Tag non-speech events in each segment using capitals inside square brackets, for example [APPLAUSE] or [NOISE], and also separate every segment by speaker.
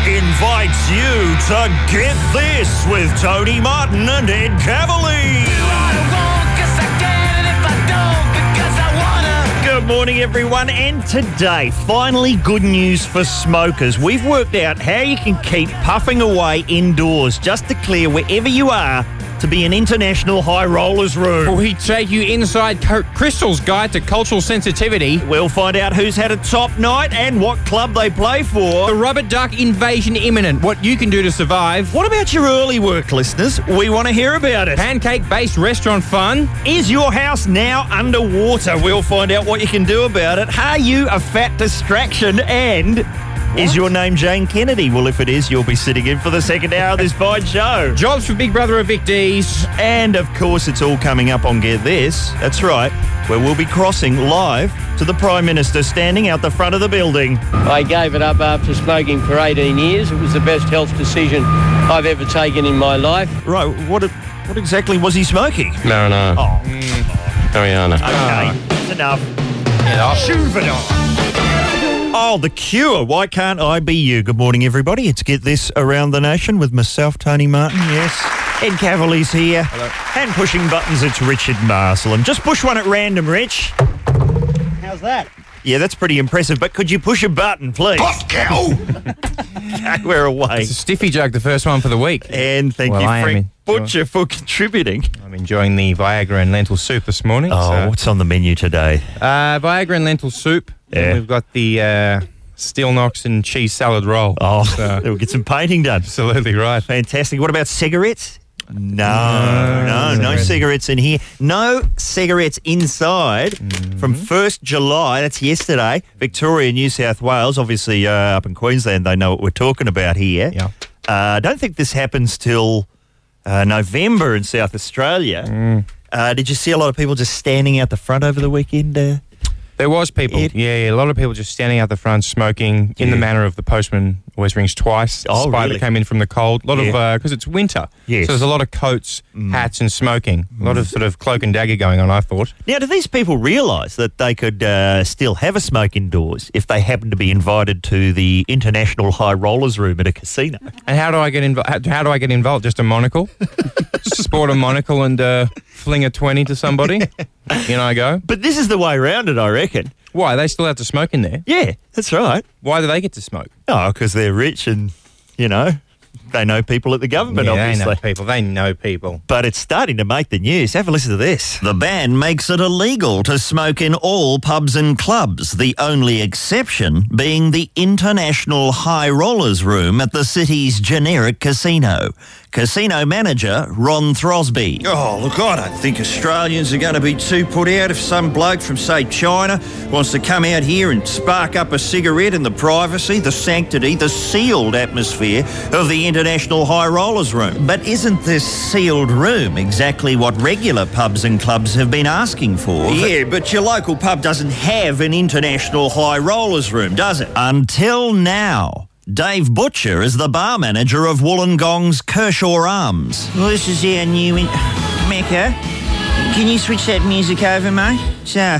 Speaker 1: invites you to Get This with Tony Martin and Ed Cavalier. Good morning, everyone. And today, finally, good news for smokers. We've worked out how you can keep puffing away indoors. Just to clear, wherever you are, to be an international high rollers room.
Speaker 2: We take you inside Co- Crystal's Guide to Cultural Sensitivity,
Speaker 1: We'll find out who's had a top night and what club they play for.
Speaker 2: the rubber duck invasion imminent, what you can do to survive,
Speaker 1: What about your early work, listeners? We want to hear about it.
Speaker 2: pancake based restaurant fun,
Speaker 1: Is your house now underwater? We'll find out what you can do about it. Are you a fat distraction? And is your name Jane Kennedy? Well, if it is, you'll be sitting in for the second hour of this fine show.
Speaker 2: jobs for Big Brother evictees.
Speaker 1: And of course, it's all coming up on Get This. That's right, where we'll be crossing live to the Prime Minister standing out the front of the building.
Speaker 3: I gave it up after smoking for 18 years. It was the best health decision I've ever taken in my life.
Speaker 1: Right, what, what exactly was he smoking?
Speaker 4: No, no.
Speaker 1: Oh,
Speaker 4: Mariana.
Speaker 1: okay, that's enough. Oh, The Cure. Why can't I be you? Good morning, everybody. It's Get This Around the Nation with myself, Tony Martin. Yes. Ed Cavalier's here. Hello. And pushing buttons, it's Richard Marsland. Just push one at random, Rich.
Speaker 3: How's that?
Speaker 1: Yeah, that's pretty impressive, but could you push a button, please? Okay, [LAUGHS] We're away.
Speaker 2: It's a stiffy joke, the first one for the week.
Speaker 1: And thank
Speaker 2: Well,
Speaker 1: you,
Speaker 2: I am
Speaker 1: Frank
Speaker 2: in-
Speaker 1: Butcher, for contributing.
Speaker 2: I'm enjoying the Viagra and lentil soup this morning.
Speaker 1: Oh,
Speaker 2: so-
Speaker 1: what's on the menu today?
Speaker 2: Uh, Viagra and lentil soup.
Speaker 1: Yeah.
Speaker 2: And we've got the uh, steel knox and cheese salad roll.
Speaker 1: Oh,
Speaker 2: So-
Speaker 1: [LAUGHS] we'll get some painting done.
Speaker 2: absolutely right.
Speaker 1: Fantastic. What about cigarettes? No, no,
Speaker 2: No,
Speaker 1: no
Speaker 2: no.
Speaker 1: cigarettes in here. No cigarettes inside from 1st July. That's yesterday. Victoria, New South Wales. Obviously, uh, up in Queensland, they know what we're talking about here.
Speaker 2: Yeah.
Speaker 1: Uh, I don't think this happens till uh, November in South Australia. Uh, did you see a lot of people just standing out the front over the weekend? Uh,
Speaker 2: There was people.
Speaker 1: It-
Speaker 2: yeah, yeah, a lot of people just standing out the front smoking in the
Speaker 1: Yeah.
Speaker 2: manner of the postman always rings twice.
Speaker 1: Oh,
Speaker 2: Spider
Speaker 1: really?
Speaker 2: came in from the cold. A lot
Speaker 1: Yeah.
Speaker 2: of, because it's winter.
Speaker 1: Yes. Mm.
Speaker 2: So there's a lot of coats, hats, and smoking. A lot of sort of cloak and dagger going on, I thought.
Speaker 1: Now, do these people realise that they could uh, still have a smoke indoors if they happen to be invited to the international high rollers room at a casino?
Speaker 2: And how do I get involved? How, how do I get involved? Just
Speaker 1: [LAUGHS]
Speaker 2: a monocle? just sport a monocle and uh, fling a 20
Speaker 1: [LAUGHS]
Speaker 2: to somebody? in I go.
Speaker 1: But this is the way round it, I reckon.
Speaker 2: Why? They still have to smoke in there.
Speaker 1: Yeah, that's right.
Speaker 2: Why do they get to smoke?
Speaker 1: Oh, because they're rich and, you know, they know people at the government,
Speaker 2: yeah,
Speaker 1: obviously.
Speaker 2: They know people. They know people.
Speaker 1: but it's starting to make the news. Have a listen to this. The ban makes it illegal to smoke in all pubs and clubs, the only exception being the International High Rollers Room at the city's generic casino. Casino manager Ron Throsby. Oh, look, I don't think Australians are going to be too put out if some bloke from, say, China wants to come out here and spark up a cigarette in the privacy, the sanctity, the sealed atmosphere of the International High Rollers Room. But isn't this sealed room exactly what regular pubs and clubs have been asking for? Yeah, but your local pub doesn't have an International High Rollers Room, does it? Until now. Dave Butcher is the bar manager of Wollongong's Kershaw Arms. Well, this is our new. In- Mecca, can you switch that music over, mate? So,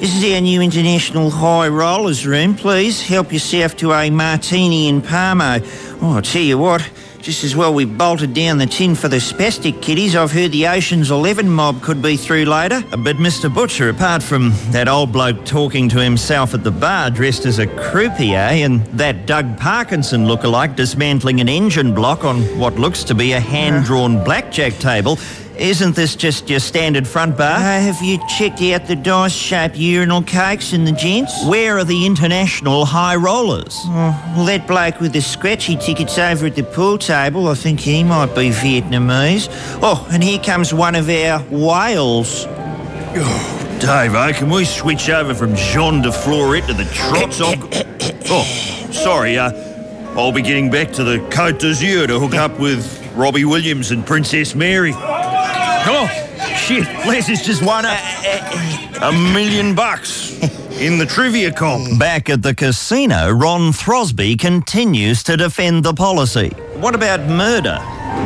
Speaker 1: this is our new international high rollers room. Please help yourself to a martini and Parmo. Oh, I tell you what, just as well we bolted down the tin for the spastic kiddies. I've heard the Ocean's Eleven mob could be through later. But, Mr. Butcher, apart from that old bloke talking to himself at the bar dressed as a croupier and that Doug Parkinson lookalike dismantling an engine block on what looks to be a hand drawn blackjack table, isn't this just your standard front bar? have you checked out the dice shaped urinal cakes and the gents? Where are the international high rollers? Oh, well, that bloke with the scratchy tickets over at the pool table, I think he might be Vietnamese. Oh, and here comes one of our whales. Dave, eh, can we switch over from Jean de Florette to the trots? I'll- oh, sorry, uh, I'll be getting back to the Côte d'Azur to hook up with Robbie Williams and Princess Mary. Oh, shit, Les has just won a, a million [LAUGHS] bucks in the trivia comp. Back at the casino, Ron Throsby continues to defend the policy. What about murder?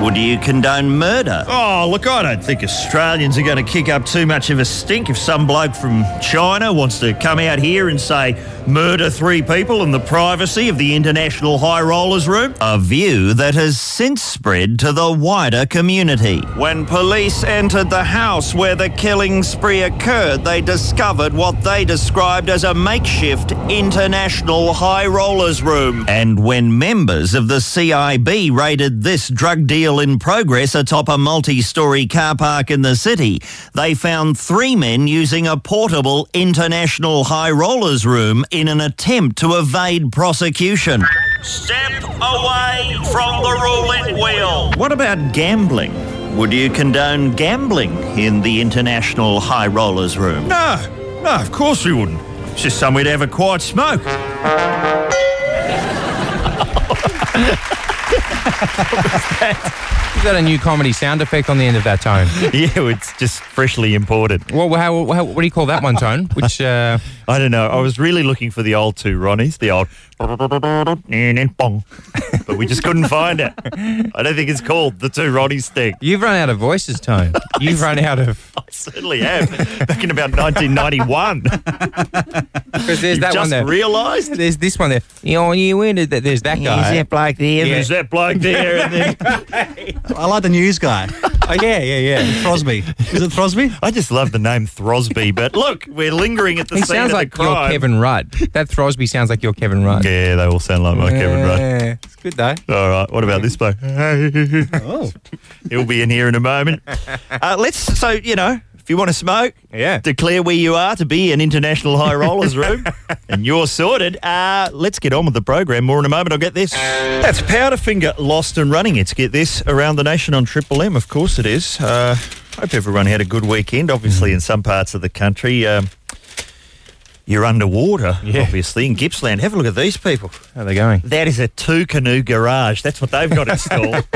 Speaker 1: Would you condone murder? Oh, look, I don't think Australians are going to kick up too much of a stink if some bloke from China wants to come out here and say, murder three people in the privacy of the International High Rollers Room. A view that has since spread to the wider community. When police entered the house where the killing spree occurred, they discovered what they described as a makeshift International High Rollers Room. And when members of the CIB raided this drug deal in progress atop a multi story car park in the city, they found three men using a portable International High Rollers Room in an attempt to evade prosecution. Step away from the roulette wheel. What about gambling? Would you condone gambling in the International High Rollers Room? No, no, of course we wouldn't. It's just somewhere to have a quiet smoke.
Speaker 2: Is that a new comedy sound effect on the end of that tone?
Speaker 1: [LAUGHS] yeah, it's just freshly imported.
Speaker 2: Well, how, how, what do you call that one tone? Which uh,
Speaker 1: [LAUGHS] I don't know. I was really looking for the old two Ronnies, the
Speaker 2: [LAUGHS]
Speaker 1: old bong, but we just couldn't find it. I don't think it's called the two Ronnies thing.
Speaker 2: you've run out of voices tone. You've run out of
Speaker 1: [LAUGHS] I certainly have. Back in about 1991,
Speaker 2: because there's
Speaker 1: you
Speaker 2: that one
Speaker 1: just
Speaker 2: there.
Speaker 1: realised.
Speaker 2: there's this one there. Oh, you ended that. There's that guy.
Speaker 5: bloke there?
Speaker 2: Yeah.
Speaker 1: There's that bloke there, and then
Speaker 5: I like the news guy.
Speaker 2: [LAUGHS] Oh, yeah, yeah, yeah.
Speaker 5: Throsby. Is it Throsby?
Speaker 1: [LAUGHS] I just love the name Throsby, but look, we're lingering at the
Speaker 2: He
Speaker 1: scene
Speaker 2: sounds
Speaker 1: of
Speaker 2: like
Speaker 1: the
Speaker 2: your
Speaker 1: crime.
Speaker 2: Kevin Rudd. That Throsby sounds like your Kevin Rudd.
Speaker 1: Yeah, they all sound like my Oh, Kevin Rudd.
Speaker 2: Yeah, It's good though.
Speaker 1: All right, what about this bloke?
Speaker 5: Oh.
Speaker 1: He'll be in here in a moment. Uh, let's, so, you know, if you want to smoke,
Speaker 2: Yeah.
Speaker 1: declare where you are to be in International High Rollers Room, and you're sorted. Uh, let's get on with the program. More in a moment. I'll get this. That's Powderfinger Lost and Running. It's Get This Around the Nation on Triple M. Of course it is. Uh, hope everyone had a good weekend. Obviously, in some parts of the country, um, you're underwater,
Speaker 2: Yeah.
Speaker 1: obviously, in Gippsland. Have a look at these people.
Speaker 2: How are they going?
Speaker 1: That is a two canoe garage. That's what they've got
Speaker 2: [LAUGHS]
Speaker 1: installed.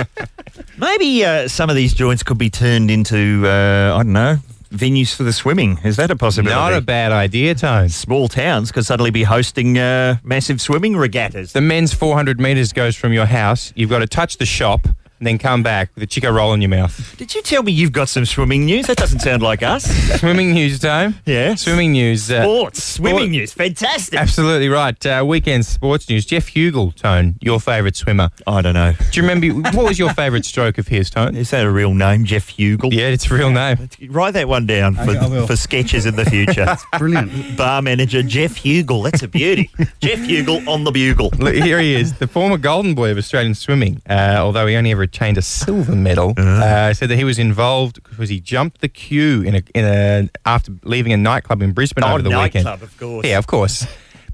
Speaker 1: Maybe uh, some of these joints could be turned into, uh, I don't know, venues for the swimming. Is that a possibility?
Speaker 2: Not a bad idea, Tone.
Speaker 1: Small towns could suddenly be hosting uh, massive swimming regattas.
Speaker 2: The men's 400 metres goes from your house. You've got to touch the shop and then come back with a chico roll in your mouth.
Speaker 1: Did you tell me you've got some swimming news? That doesn't sound like us.
Speaker 2: [LAUGHS] Swimming news, Tone.
Speaker 1: Yeah.
Speaker 2: Swimming news. uh,
Speaker 1: Sports, swimming
Speaker 2: Sport-
Speaker 1: news. Fantastic.
Speaker 2: Absolutely right. Uh, weekend sports news. Jeff Hugel, Tone, your favourite swimmer.
Speaker 1: I don't know.
Speaker 2: Do you remember what was your favourite stroke of his, Tone?
Speaker 1: Is that a real name, Jeff Hugel?
Speaker 2: Yeah, it's a real name.
Speaker 1: Write that one down
Speaker 5: Okay, I
Speaker 1: for,
Speaker 5: will.
Speaker 1: for sketches in
Speaker 5: [LAUGHS]
Speaker 1: the future.
Speaker 5: Brilliant.
Speaker 1: Bar manager Jeff Hugel. That's a
Speaker 2: [LAUGHS]
Speaker 1: beauty. Jeff Hugel on the bugle.
Speaker 2: Look, Here he is, the former golden boy of Australian swimming. Uh, although he only ever attained a silver medal,
Speaker 1: Uh-huh.
Speaker 2: uh, said that he was involved because he jumped the queue in a, in a after leaving a nightclub in Brisbane
Speaker 1: Oh,
Speaker 2: over the weekend.
Speaker 1: nightclub, of course.
Speaker 2: Yeah, of course.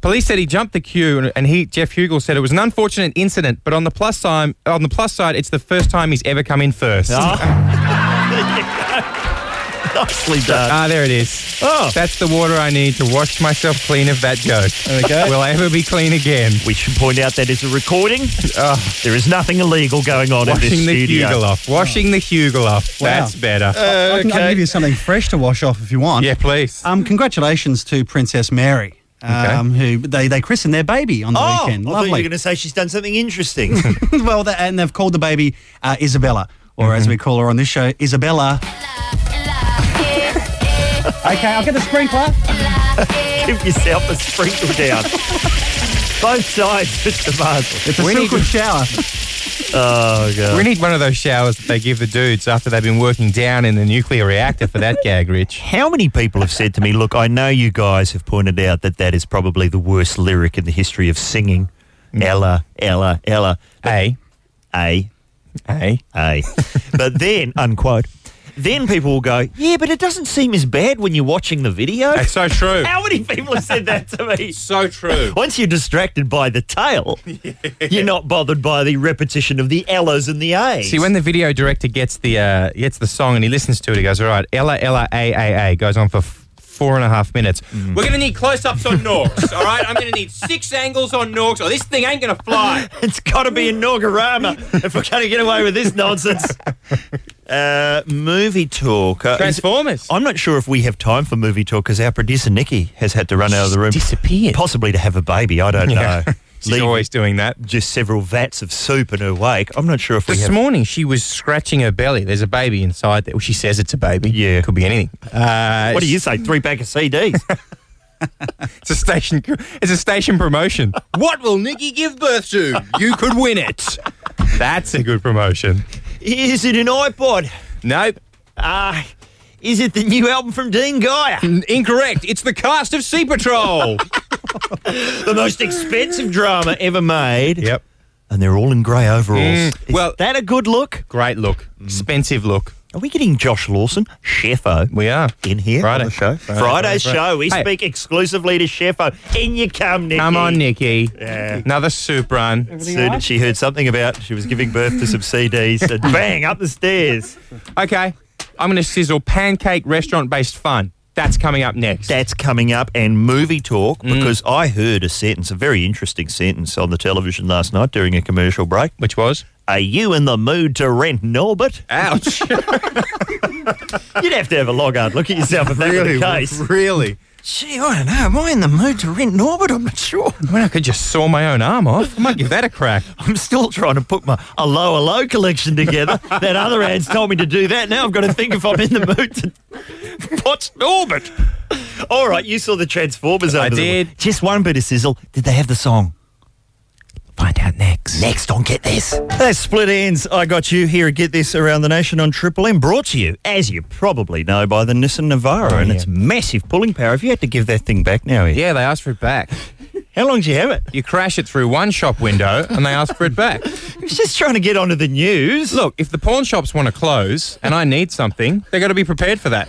Speaker 2: Police said he jumped the queue, and, and he Jeff Hugel said it was an unfortunate incident. But on the plus side, on the plus side, it's the first time he's ever come in first.
Speaker 1: Oh. [LAUGHS] Nicely done.
Speaker 2: Ah, there it is.
Speaker 1: Oh.
Speaker 2: That's the water I need to wash myself clean of that joke.
Speaker 5: There we go.
Speaker 2: Will I ever be clean again?
Speaker 1: We should point out that it's a recording.
Speaker 2: Oh.
Speaker 1: There is nothing illegal going on in this
Speaker 2: Washing the
Speaker 1: studio.
Speaker 2: Hugel off. Washing the Hugel off.
Speaker 5: Wow.
Speaker 2: That's better.
Speaker 1: Uh,
Speaker 5: I, can, I can give you something fresh to wash off if you want.
Speaker 2: yeah, please.
Speaker 5: Um, congratulations to Princess Mary, um, who they, they christened their baby on the
Speaker 1: Oh,
Speaker 5: weekend.
Speaker 1: I thought you were
Speaker 5: Lovely.
Speaker 1: going to say she's done something interesting.
Speaker 5: well, they, and they've called the baby uh, Isabella, or
Speaker 2: Mm-hmm.
Speaker 5: as we call her on this show, Isabella. [LAUGHS] Okay, I'll get the sprinkler.
Speaker 1: [LAUGHS] Give yourself a sprinkle down. Both sides, just a muzzle.
Speaker 5: It's a
Speaker 2: We need
Speaker 5: silk
Speaker 2: to-
Speaker 5: shower.
Speaker 1: Oh, God.
Speaker 2: we need one of those showers that they give the dudes after they've been working down in the nuclear reactor
Speaker 1: [LAUGHS]
Speaker 2: for that gag, Rich.
Speaker 1: How many people have said to me, look, I know you guys have pointed out that that is probably the worst lyric in the history of singing. Ella, Ella, Ella.
Speaker 2: Mm. A.
Speaker 1: A,
Speaker 2: A. [LAUGHS]
Speaker 1: A. but then, unquote, then people will go, yeah, but it doesn't seem as bad when you're watching the video.
Speaker 2: That's so
Speaker 1: [LAUGHS]
Speaker 2: true.
Speaker 1: How many people have said that to me?
Speaker 2: [LAUGHS] So true.
Speaker 1: Once you're distracted by the
Speaker 2: [LAUGHS]
Speaker 1: tail, you're not bothered by the repetition of the L's and the A's.
Speaker 2: See, when the video director gets the uh, gets the song and he listens to it, he goes, "All right, Ella Ella A A A goes on for." F- Four and a half minutes. We're going to need close ups on Norks, all right? I'm going to need Mm. [LAUGHS] six angles on Norks, or this thing ain't going to fly.
Speaker 1: [LAUGHS] it's got to be in Norgarama if we're going to get away with this
Speaker 2: [LAUGHS]
Speaker 1: nonsense. Uh, movie talk. Uh, is-
Speaker 2: Transformers.
Speaker 1: I'm not sure if we have time for movie talk because our producer Nikki has had to run out of the room,
Speaker 2: Disappeared.
Speaker 1: possibly to have a baby. I don't know.
Speaker 2: [LAUGHS] She's always doing that.
Speaker 6: Just several vats of soup in her wake. I'm not sure if we
Speaker 2: This
Speaker 6: have.
Speaker 2: morning she was scratching her belly. There's a baby inside. That, well, she says it's a baby. Yeah, could be anything. Uh,
Speaker 6: What do you say? Three pack of CDs.
Speaker 2: [LAUGHS] It's a station. It's a station promotion. what will Nikki give birth to? You could win it. That's a good promotion.
Speaker 1: Is it an iPod?
Speaker 2: Nope.
Speaker 1: Ah, is it the new album from Dean Geyer?
Speaker 2: N- Incorrect. It's the cast of Sea
Speaker 1: [LAUGHS]
Speaker 2: Patrol. [LAUGHS]
Speaker 1: the most expensive drama ever made.
Speaker 2: yep.
Speaker 1: And they're all in grey overalls.
Speaker 2: Mm,
Speaker 1: Is
Speaker 2: well-
Speaker 1: that a good look? Mm.
Speaker 2: Great look. Expensive look.
Speaker 1: Are we getting Josh Lawson, Sheffo,
Speaker 2: We are.
Speaker 1: in here
Speaker 2: Friday.
Speaker 1: on the show?
Speaker 2: Friday,
Speaker 1: Friday's
Speaker 2: Friday, Friday.
Speaker 1: show. We
Speaker 2: Uh, Hey.
Speaker 1: speak exclusively to Sheffo. In you come, Nicky.
Speaker 2: Come on, Nikki.
Speaker 6: Yeah.
Speaker 2: Another soup run.
Speaker 6: Soon she heard something about she was giving birth to some
Speaker 2: [LAUGHS]
Speaker 6: CDs and bang up the stairs.
Speaker 2: Okay. I'm going to sizzle pancake restaurant based fun. That's coming up next.
Speaker 1: That's coming up and movie talk
Speaker 2: Mm.
Speaker 1: because I heard a sentence, a very interesting sentence on the television last night during a commercial break.
Speaker 2: Which was?
Speaker 1: Are you in the mood to rent Norbert?
Speaker 2: Ouch.
Speaker 1: [LAUGHS] You'd have to have a long hard look at yourself if that were the case.
Speaker 2: Really?
Speaker 1: Gee, I don't know. Am I in the mood to rent Norbert? I'm not sure.
Speaker 2: I mean, I could just saw my own arm off. I might give that a crack.
Speaker 1: [LAUGHS] I'm still trying to put my a low a low collection together. that other ad's told me to do that. Now I've got to think if I'm in the mood to [LAUGHS] watch Norbert. All right, you saw the Transformers. Over
Speaker 2: I
Speaker 1: the
Speaker 2: did.
Speaker 1: week. Just one bit of sizzle. Did they have the song?
Speaker 2: Find out next.
Speaker 1: Next on Get This. That's Split Ends. I got you here at Get This Around the Nation on Triple M. Brought to you, as you probably know, by the Nissan Navara and
Speaker 2: yeah.
Speaker 1: its massive pulling power. If you had to give that thing back now, Ed,
Speaker 2: Yeah, they asked for it back.
Speaker 1: how long do you have it?
Speaker 2: You crash it through one shop window and they ask for it back.
Speaker 1: [LAUGHS] I was just trying to get onto the news.
Speaker 2: Look, if the pawn shops want to close and I need something, they got to be prepared for
Speaker 1: [LAUGHS]
Speaker 2: that.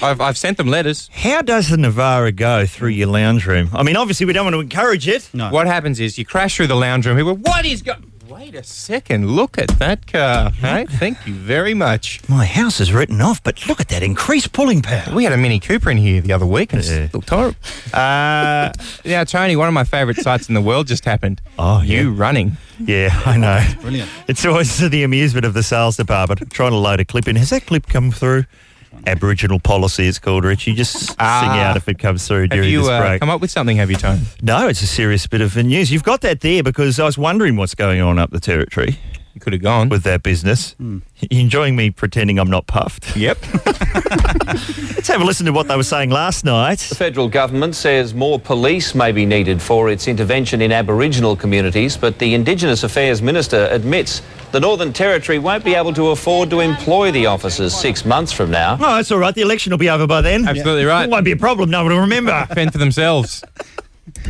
Speaker 2: I've, I've sent them letters.
Speaker 1: How does the Navara go through your lounge room? I mean, obviously, we don't want to encourage it.
Speaker 5: No.
Speaker 2: What happens is you crash through the lounge room. People, what is going? Wait a second. Look at that car. Hey, thank you very much.
Speaker 1: My house is written off, but look at that increased pulling power.
Speaker 2: We had a Mini Cooper in here the other week, and
Speaker 1: Yeah.
Speaker 2: it looked horrible.
Speaker 1: [LAUGHS]
Speaker 2: Uh, now, Tony, one of my favourite sights in the world just happened.
Speaker 1: Oh, yeah.
Speaker 2: you running?
Speaker 1: Yeah, [LAUGHS] I know.
Speaker 5: Brilliant.
Speaker 1: It's always [LAUGHS] to the amusement of the sales department trying to load a clip in. Has that clip come through? Aboriginal policy, it's called, Rich. You just sing
Speaker 2: Ah.
Speaker 1: out if it comes through
Speaker 2: Have
Speaker 1: during
Speaker 2: you
Speaker 1: this
Speaker 2: uh,
Speaker 1: break.
Speaker 2: come up with something? Have you, Tony?
Speaker 1: no, it's a serious bit of news. You've got that there because I was wondering what's going on up the territory
Speaker 2: You could have gone.
Speaker 1: with that business. You enjoying me pretending I'm not puffed?
Speaker 2: yep.
Speaker 1: [LAUGHS] Let's have a listen to what they were saying last night.
Speaker 3: The federal government says more police may be needed for its intervention in Aboriginal communities, but the Indigenous Affairs Minister admits the Northern Territory won't be able to afford to employ the officers six months from now.
Speaker 1: Oh, it's all right. The election will be over by then.
Speaker 2: Absolutely
Speaker 1: It
Speaker 2: right.
Speaker 1: won't be a problem. No one will remember.
Speaker 2: [LAUGHS] Fend for themselves.
Speaker 1: [LAUGHS]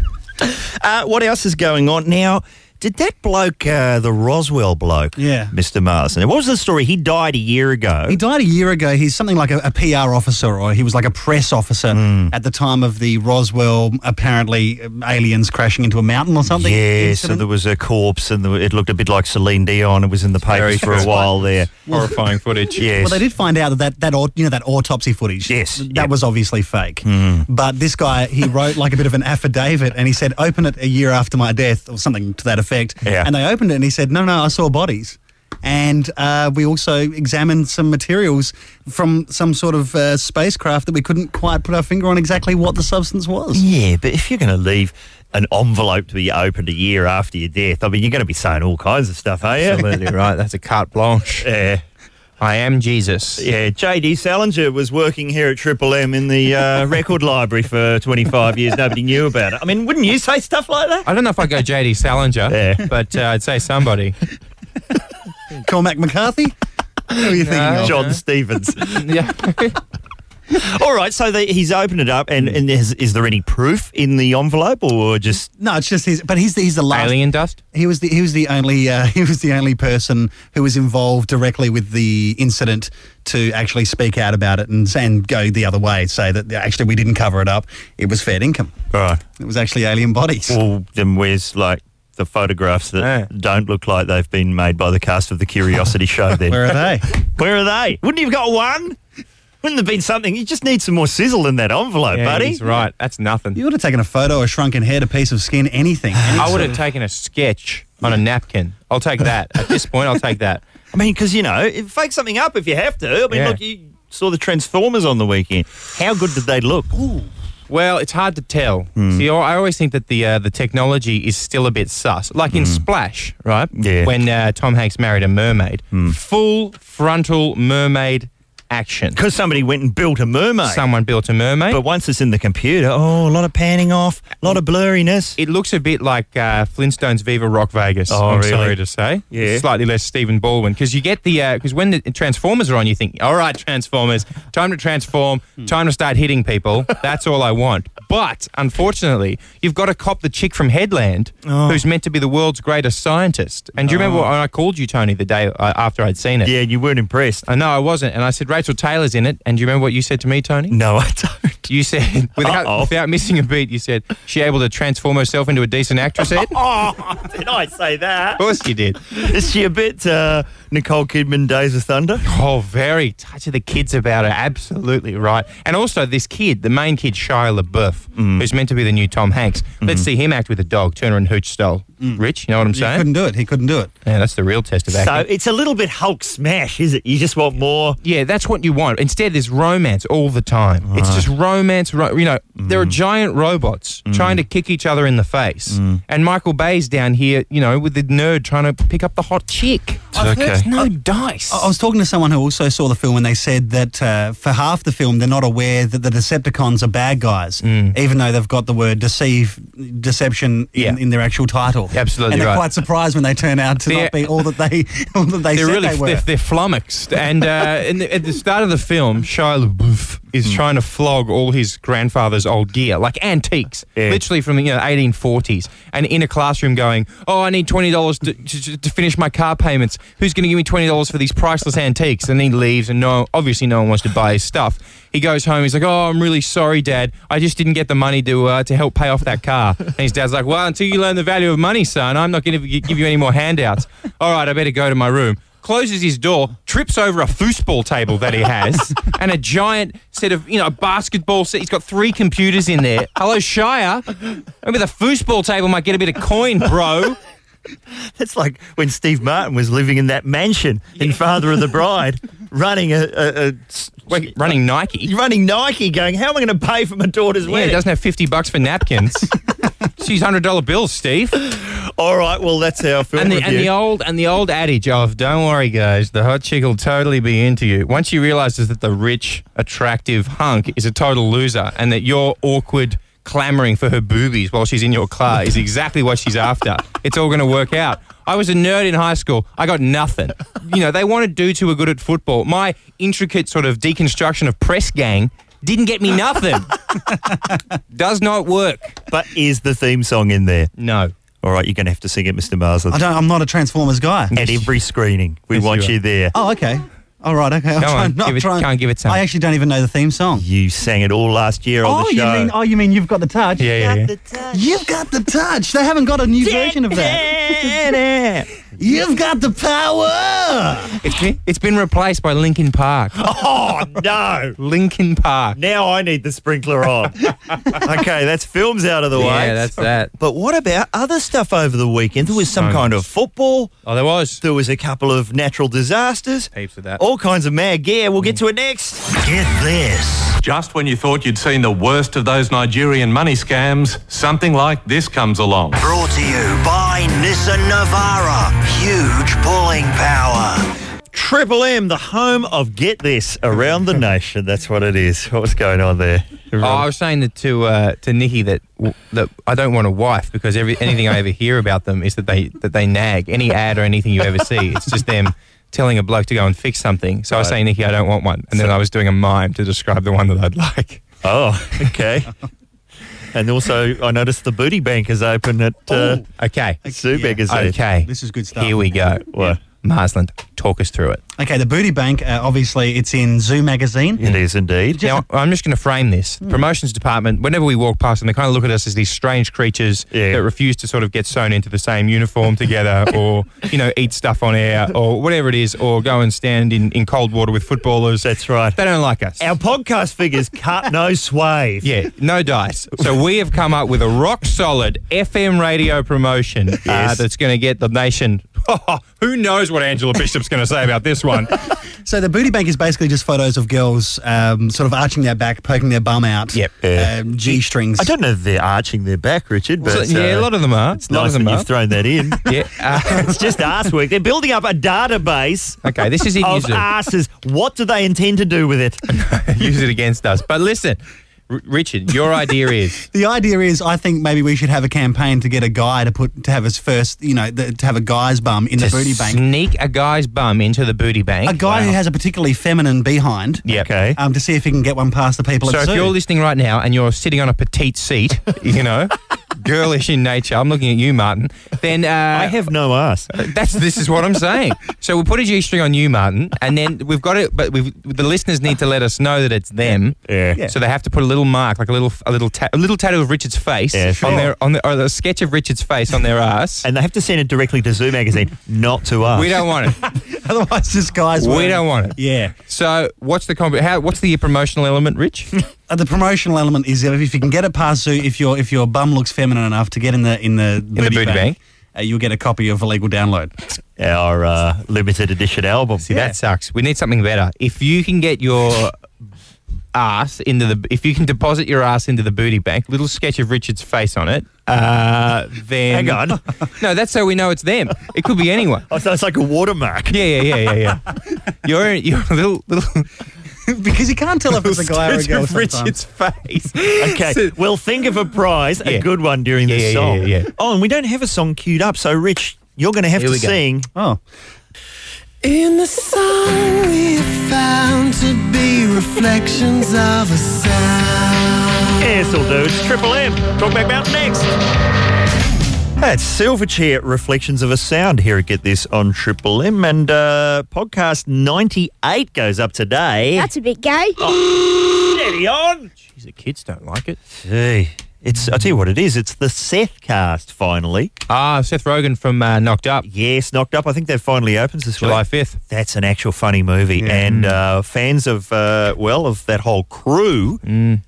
Speaker 1: Uh, what else is going on now? Did that bloke, uh, the Roswell bloke,
Speaker 5: Yeah.
Speaker 1: Mr. Marsden? What was the story? He died a year ago.
Speaker 5: He died a year ago. He's something like a, a PR officer, or he was like a press officer
Speaker 2: Mm.
Speaker 5: at the time of the Roswell, apparently um, aliens crashing into a mountain or something.
Speaker 1: yeah, so
Speaker 5: incident.
Speaker 1: there was a corpse, and the, it looked a bit like Celine Dion. It was in the papers for a
Speaker 2: true.
Speaker 1: while there.
Speaker 2: Horrifying footage.
Speaker 1: Yes.
Speaker 5: Well, they did find out that that, that au- you know that autopsy footage.
Speaker 1: Yes,
Speaker 5: that
Speaker 1: yep. Hmm.
Speaker 5: was obviously fake. But this guy, he wrote like a bit of an affidavit, and he said, "Open it a year after my death," or something to that effect.
Speaker 1: Yeah.
Speaker 5: And they opened it, and he said, "No, no, I saw bodies." And uh, we also examined some materials from some sort of uh, spacecraft that we couldn't quite put our finger on exactly what the substance was.
Speaker 1: Yeah, but if you're going to leave an envelope to be opened a year after your death, I mean, you're going to be saying all kinds of stuff, are you? [LAUGHS]
Speaker 2: Absolutely right. That's a carte blanche.
Speaker 1: Yeah.
Speaker 2: I am Jesus.
Speaker 1: Yeah, JD Salinger was working here at Triple M in the
Speaker 2: [LAUGHS]
Speaker 1: uh, record library for 25 years. Nobody knew about it. I mean, wouldn't you say stuff like that?
Speaker 2: I don't know if I go JD Salinger,
Speaker 1: [LAUGHS] Yeah.
Speaker 2: but uh, I'd
Speaker 1: [LAUGHS]
Speaker 2: say somebody.
Speaker 5: Cormac McCarthy. Who are you thinking of?
Speaker 1: John Stevens.
Speaker 2: [LAUGHS] yeah.
Speaker 1: All right, so they, he's opened it up,
Speaker 2: Hmm.
Speaker 1: and, and is, is there any proof in the envelope, or just
Speaker 5: No, it's just his. But he's the, he's the last.
Speaker 2: Alien dust?
Speaker 5: He was the he was the only uh, [LAUGHS] he was the only person who was involved directly with the incident to actually speak out about it and and go the other way, say that actually we didn't cover it up. It was fair income.
Speaker 1: right?
Speaker 5: It was actually alien bodies.
Speaker 1: Well, then where's like the photographs that
Speaker 2: Yeah.
Speaker 1: don't look like they've been made by the cast of the Curiosity Show?
Speaker 5: [LAUGHS]
Speaker 1: Then
Speaker 5: Where are they?
Speaker 1: Where are they? Wouldn't you've got one? Wouldn't there been something? You just need some more sizzle in that envelope, buddy.
Speaker 2: He's right. That's nothing.
Speaker 5: You would have taken a photo, a shrunken head, a piece of skin, anything.
Speaker 2: [SIGHS] I would have taken a sketch on a napkin. I'll take that. At this point, I'll take that.
Speaker 1: I mean, because you know, it- fake something up if you have to. I mean,
Speaker 2: Yeah.
Speaker 1: look, you saw the Transformers on the weekend. How good did they look?
Speaker 2: Well, it's hard to tell.
Speaker 1: Hmm.
Speaker 2: See, I I always think that the uh, the technology is still a bit sus. Like in Splash, right?
Speaker 1: Hmm. Yeah.
Speaker 2: When uh, Tom Hanks married a mermaid,
Speaker 1: Hmm.
Speaker 2: full frontal mermaid action.
Speaker 1: Because somebody went and built a mermaid.
Speaker 2: Someone built a mermaid.
Speaker 1: but once it's in the computer, oh, a lot of panning off, a lot of blurriness.
Speaker 2: it looks a bit like uh, Flintstones Viva Rock Vegas.
Speaker 1: Oh,
Speaker 2: I'm
Speaker 1: really?
Speaker 2: sorry to say.
Speaker 1: Yeah.
Speaker 2: Slightly less Stephen Baldwin because you get the because when the Transformers are on, you think, all right, Transformers, time to transform,
Speaker 1: Hmm.
Speaker 2: time to start hitting people. That's all I want. But unfortunately, you've got to cop the chick from Headland
Speaker 1: Oh.
Speaker 2: who's meant to be the world's greatest scientist. And do you remember when I called you, Tony, the day uh, after I'd seen it?
Speaker 1: yeah, you weren't impressed.
Speaker 2: Uh, no, I wasn't. And I said, Rachel Taylor's in it. And do you remember what you said to me, Tony?
Speaker 1: No, I don't.
Speaker 2: You said [LAUGHS] without,
Speaker 1: Uh-oh.
Speaker 2: without missing a beat. You said she able to transform herself into a decent actress. Ed, of
Speaker 1: [LAUGHS] Oh, did I say that?
Speaker 2: course you did.
Speaker 1: Is she a bit uh, Nicole Kidman Days of Thunder?
Speaker 2: Oh, very touchy. The kids about her, absolutely right. And also this kid, the main kid, Shia LaBeouf, who's meant to be the new Tom Hanks. Let's see him act with a dog, Turner and Hooch style. Rich, you know what I'm
Speaker 5: He
Speaker 2: saying?
Speaker 5: couldn't do it. He couldn't do it.
Speaker 2: Yeah, that's the real test of acting.
Speaker 1: So it's a little bit Hulk smash, is it? You just want more.
Speaker 2: Yeah, that's what you want. Instead, there's romance all the time. It's just romance. Ro- you know, there are giant robots trying to kick each other in the face, and Michael Bay's down here, you know, with the nerd trying to pick up the hot chick.
Speaker 1: I've heard-
Speaker 2: There's no dice.
Speaker 5: I I was talking to someone who also saw the film, and they said that uh, for half the film, they're not aware that the Decepticons are bad guys, even though they've got the word deceive, deception in,
Speaker 2: Mm. Yeah.
Speaker 5: in their actual title.
Speaker 2: Absolutely
Speaker 5: and they're
Speaker 2: right.
Speaker 5: quite surprised when they turn out to not
Speaker 2: They're-
Speaker 5: be all that they [LAUGHS] all that they
Speaker 2: they're
Speaker 5: said
Speaker 2: really
Speaker 5: they were.
Speaker 2: they're, they're flummoxed. And uh, in the, at the start of the film, Shia LaBeouf is trying to flog all his grandfather's old gear, like antiques,
Speaker 1: Yeah.
Speaker 2: literally from the you know, 1840s. And in a classroom, going, "Oh, I need twenty dollars to, to, to finish my car payments. Who's going to give me twenty dollars for these priceless antiques?" And he leaves, and no, obviously, no one wants to buy his stuff. He goes home. He's like, "Oh, I'm really sorry, Dad. I just didn't get the money to uh, to help pay off that car." And his dad's like, "Well, until you learn the value of money, son, I'm not going to give you any more handouts." All right, I better go to my room. Closes his door, trips over a foosball table that he has, and a giant set of you know basketball set. He's got three computers in there. Hello, Shire. Maybe the foosball table might get a bit of coin,
Speaker 1: [LAUGHS]
Speaker 2: bro.
Speaker 1: That's like when Steve Martin was living in that mansion in Father of the Bride, running a, a, a s-
Speaker 2: Wait, running Nike.
Speaker 1: running Nike, going, "How am I going to pay for my daughter's [LAUGHS]
Speaker 2: Yeah, he
Speaker 1: wedding?"
Speaker 2: doesn't have 50 bucks for napkins. She's $100 bills, Steve.
Speaker 1: All right, well, that's our film
Speaker 2: And the,
Speaker 1: review.
Speaker 2: and the old and the old adage of "Don't worry, guys, the hot chick will totally be into you." Once you realizes that the rich, attractive hunk is a total loser, and that your awkward clamoring for her boobies while she's in your car is exactly what she's after, it's all going to work out. I was a nerd in high school. I got nothing. You know, they wanted dudes who were good at football. My intricate sort of deconstruction of press gang didn't get me nothing. Does not work.
Speaker 1: but is the theme song in there?
Speaker 2: No.
Speaker 1: All right, you're going to have to sing it, Mr. Marsden.
Speaker 5: I don't. I'm not a Transformers guy.
Speaker 1: At every screening, we
Speaker 2: Yes,
Speaker 1: want
Speaker 2: you
Speaker 1: you,
Speaker 2: are.
Speaker 1: there.
Speaker 5: Oh, okay. All right. Okay. I'm
Speaker 2: Go
Speaker 5: trying,
Speaker 2: on,
Speaker 5: not
Speaker 2: give it-
Speaker 5: trying.
Speaker 2: go on, give it some.
Speaker 5: I actually don't even know the theme song.
Speaker 1: You sang it all last year on
Speaker 5: oh,
Speaker 1: the
Speaker 5: you
Speaker 1: show.
Speaker 5: mean? Oh, you mean you've got the touch?
Speaker 2: Yeah, yeah, yeah.
Speaker 5: You've got the touch. They haven't got a new version of that. [LAUGHS] You've got the power.
Speaker 2: It's been, it's been replaced by Linkin Park.
Speaker 1: [LAUGHS] oh no!
Speaker 2: Linkin Park.
Speaker 1: Now I need the sprinkler
Speaker 2: [LAUGHS]
Speaker 1: on. okay, that's films out of the way.
Speaker 2: Yeah, that's that.
Speaker 1: But what about other stuff over the weekend? There was some
Speaker 2: So
Speaker 1: kind
Speaker 2: much.
Speaker 1: of football.
Speaker 2: Oh, there was.
Speaker 1: There was a couple of natural disasters.
Speaker 2: Heaps of that.
Speaker 1: All kinds of mad gear. We'll get to it next. Get this.
Speaker 7: Just when you thought you'd seen the worst of those Nigerian money scams, something like this comes along.
Speaker 8: Brought to you by Nissan Navara. Huge pulling power.
Speaker 1: Triple M, the home of Get This around the nation. That's what it is. What was going on there?
Speaker 2: Oh, I was saying that to uh, to Nikki that that I don't want a wife because every anything I ever hear about them is that they that they nag any ad or anything you ever see. It's just them telling a bloke to go and fix something. So I was saying, Nikki, I don't want one, and then I was doing a mime to describe the one that I'd like.
Speaker 1: Oh,
Speaker 2: [LAUGHS]
Speaker 1: okay. and also, I noticed the booty bank is open at uh,
Speaker 2: Oh, Okay,
Speaker 1: Zubegger's.
Speaker 2: okay,
Speaker 5: This is good stuff.
Speaker 2: Here we go.
Speaker 1: What?
Speaker 2: Marsland, talk us through it.
Speaker 5: Okay, the Booty Bank. Uh, obviously, it's in Zoo magazine.
Speaker 1: It is indeed. Hmm.
Speaker 2: Now, I'm just going to frame this. Promotions department, whenever we walk past them, they kind of look at us as these strange creatures
Speaker 1: Yeah.
Speaker 2: that refuse to sort of get sewn into the same uniform together
Speaker 1: [LAUGHS]
Speaker 2: or, you know, eat stuff on air or whatever it is or go and stand in, in cold water with footballers.
Speaker 1: That's right.
Speaker 2: They don't like us.
Speaker 1: Our podcast figures cut no swathe.
Speaker 2: yeah, no dice. So we have come up with a rock solid FM radio promotion uh,
Speaker 1: Yes.
Speaker 2: that's going to get the nation [LAUGHS] Who knows what Angela Bishop's going to say about this
Speaker 1: [LAUGHS]
Speaker 2: one?
Speaker 5: So the booty bank is basically just photos of girls um, sort of arching their back, poking their bum out.
Speaker 2: Yep.
Speaker 1: Yeah.
Speaker 5: Um, G strings.
Speaker 1: I don't know if they're arching their back, Richard, but
Speaker 2: So, yeah,
Speaker 1: uh,
Speaker 2: a lot of them are.
Speaker 1: it's
Speaker 2: a lot
Speaker 1: nice
Speaker 2: of them
Speaker 1: that
Speaker 2: are.
Speaker 1: you've thrown that in.
Speaker 2: [LAUGHS] yeah. uh,
Speaker 1: [LAUGHS] it's just arse work. They're building up a database
Speaker 2: okay, this is in
Speaker 1: of
Speaker 2: New Zealand.
Speaker 1: arses. What do they intend to do with it?
Speaker 2: use it against us. But listen, R- Richard, your idea is
Speaker 5: The idea is, I think maybe we should have a campaign to get a guy to put to have his first, you know, the, to have a guy's bum in
Speaker 2: to
Speaker 5: the booty bank.
Speaker 2: sneak a guy's bum into the booty bank.
Speaker 5: A guy who has a particularly feminine behind.
Speaker 2: Yep.
Speaker 1: Okay.
Speaker 5: Um, to see if he can get one past the people
Speaker 2: eh? So
Speaker 5: at
Speaker 2: if
Speaker 5: the zoo.
Speaker 2: you're listening right now and you're sitting on a petite seat, [LAUGHS] you know, girlish in nature, I'm looking at you, Martin. Then uh,
Speaker 1: I have no arse.
Speaker 2: That's this is what I'm saying. So we'll put a G string on you, Martin, and then we've got it. But we've, the listeners need to let us know that it's them.
Speaker 1: Yeah.
Speaker 5: Yeah.
Speaker 2: So they have to put a little mark, like a little a little ta- a little tattoo of Richard's face
Speaker 1: Yeah, sure.
Speaker 2: on their on the, or a sketch of Richard's face on their ass.
Speaker 1: And they have to send it directly to Zoo Magazine, not to us.
Speaker 2: we don't want
Speaker 5: [LAUGHS]
Speaker 2: it.
Speaker 5: Otherwise, this guy's.
Speaker 2: we
Speaker 5: wearing-
Speaker 2: don't want it.
Speaker 5: Yeah.
Speaker 2: So what's the comp- how, what's the promotional element, Rich?
Speaker 5: [LAUGHS] Uh, the promotional element is if you can get it past zoo, if your if your bum looks feminine enough to get in the in the booty,
Speaker 2: booty bank.
Speaker 5: uh, you'll get a copy of a legal download.
Speaker 1: Our uh, limited edition album.
Speaker 2: See, that sucks. We need something better. If you can get your ass into the, if you can deposit your ass into the booty bank, little sketch of Richard's face on it, uh, then
Speaker 1: Hang on.
Speaker 2: [LAUGHS] No, that's so we know it's them. It could be anyone.
Speaker 1: Oh, so it's like a watermark.
Speaker 2: Yeah, yeah, yeah, yeah, yeah. You're you're a little little
Speaker 5: because you can't tell if it's a guy or a
Speaker 2: sketch
Speaker 5: girl.
Speaker 2: of
Speaker 5: sometimes.
Speaker 2: Richard's face.
Speaker 1: Okay,
Speaker 2: [LAUGHS] So-
Speaker 1: we'll think of a prize,
Speaker 2: Yeah.
Speaker 1: a good one during
Speaker 2: Yeah,
Speaker 1: this
Speaker 2: yeah,
Speaker 1: song.
Speaker 2: yeah, yeah.
Speaker 1: Oh, and we don't have a song queued up, so Rich, you're going to have
Speaker 2: Here
Speaker 1: to
Speaker 2: we go.
Speaker 1: sing.
Speaker 5: Oh,
Speaker 9: In the sun we found to be reflections of a sound.
Speaker 1: Yeah, This'll do. It's Triple M. Talkback Mountain next. That's Silverchair Reflections of a Sound here at Get This on Triple M. And uh, podcast 98 goes up today.
Speaker 10: That's a bit gay.
Speaker 1: Steady on.
Speaker 2: Jeez, the kids don't like it.
Speaker 1: Gee, it's, I tell you what it is, it's the Seth cast finally.
Speaker 2: Ah, Seth Rogen from uh, Knocked Up,
Speaker 1: Yes, knocked up. I think that finally opens this
Speaker 2: July
Speaker 1: week.
Speaker 2: fifth.
Speaker 1: That's an actual funny movie. And uh, fans of, uh, well, of that whole crew,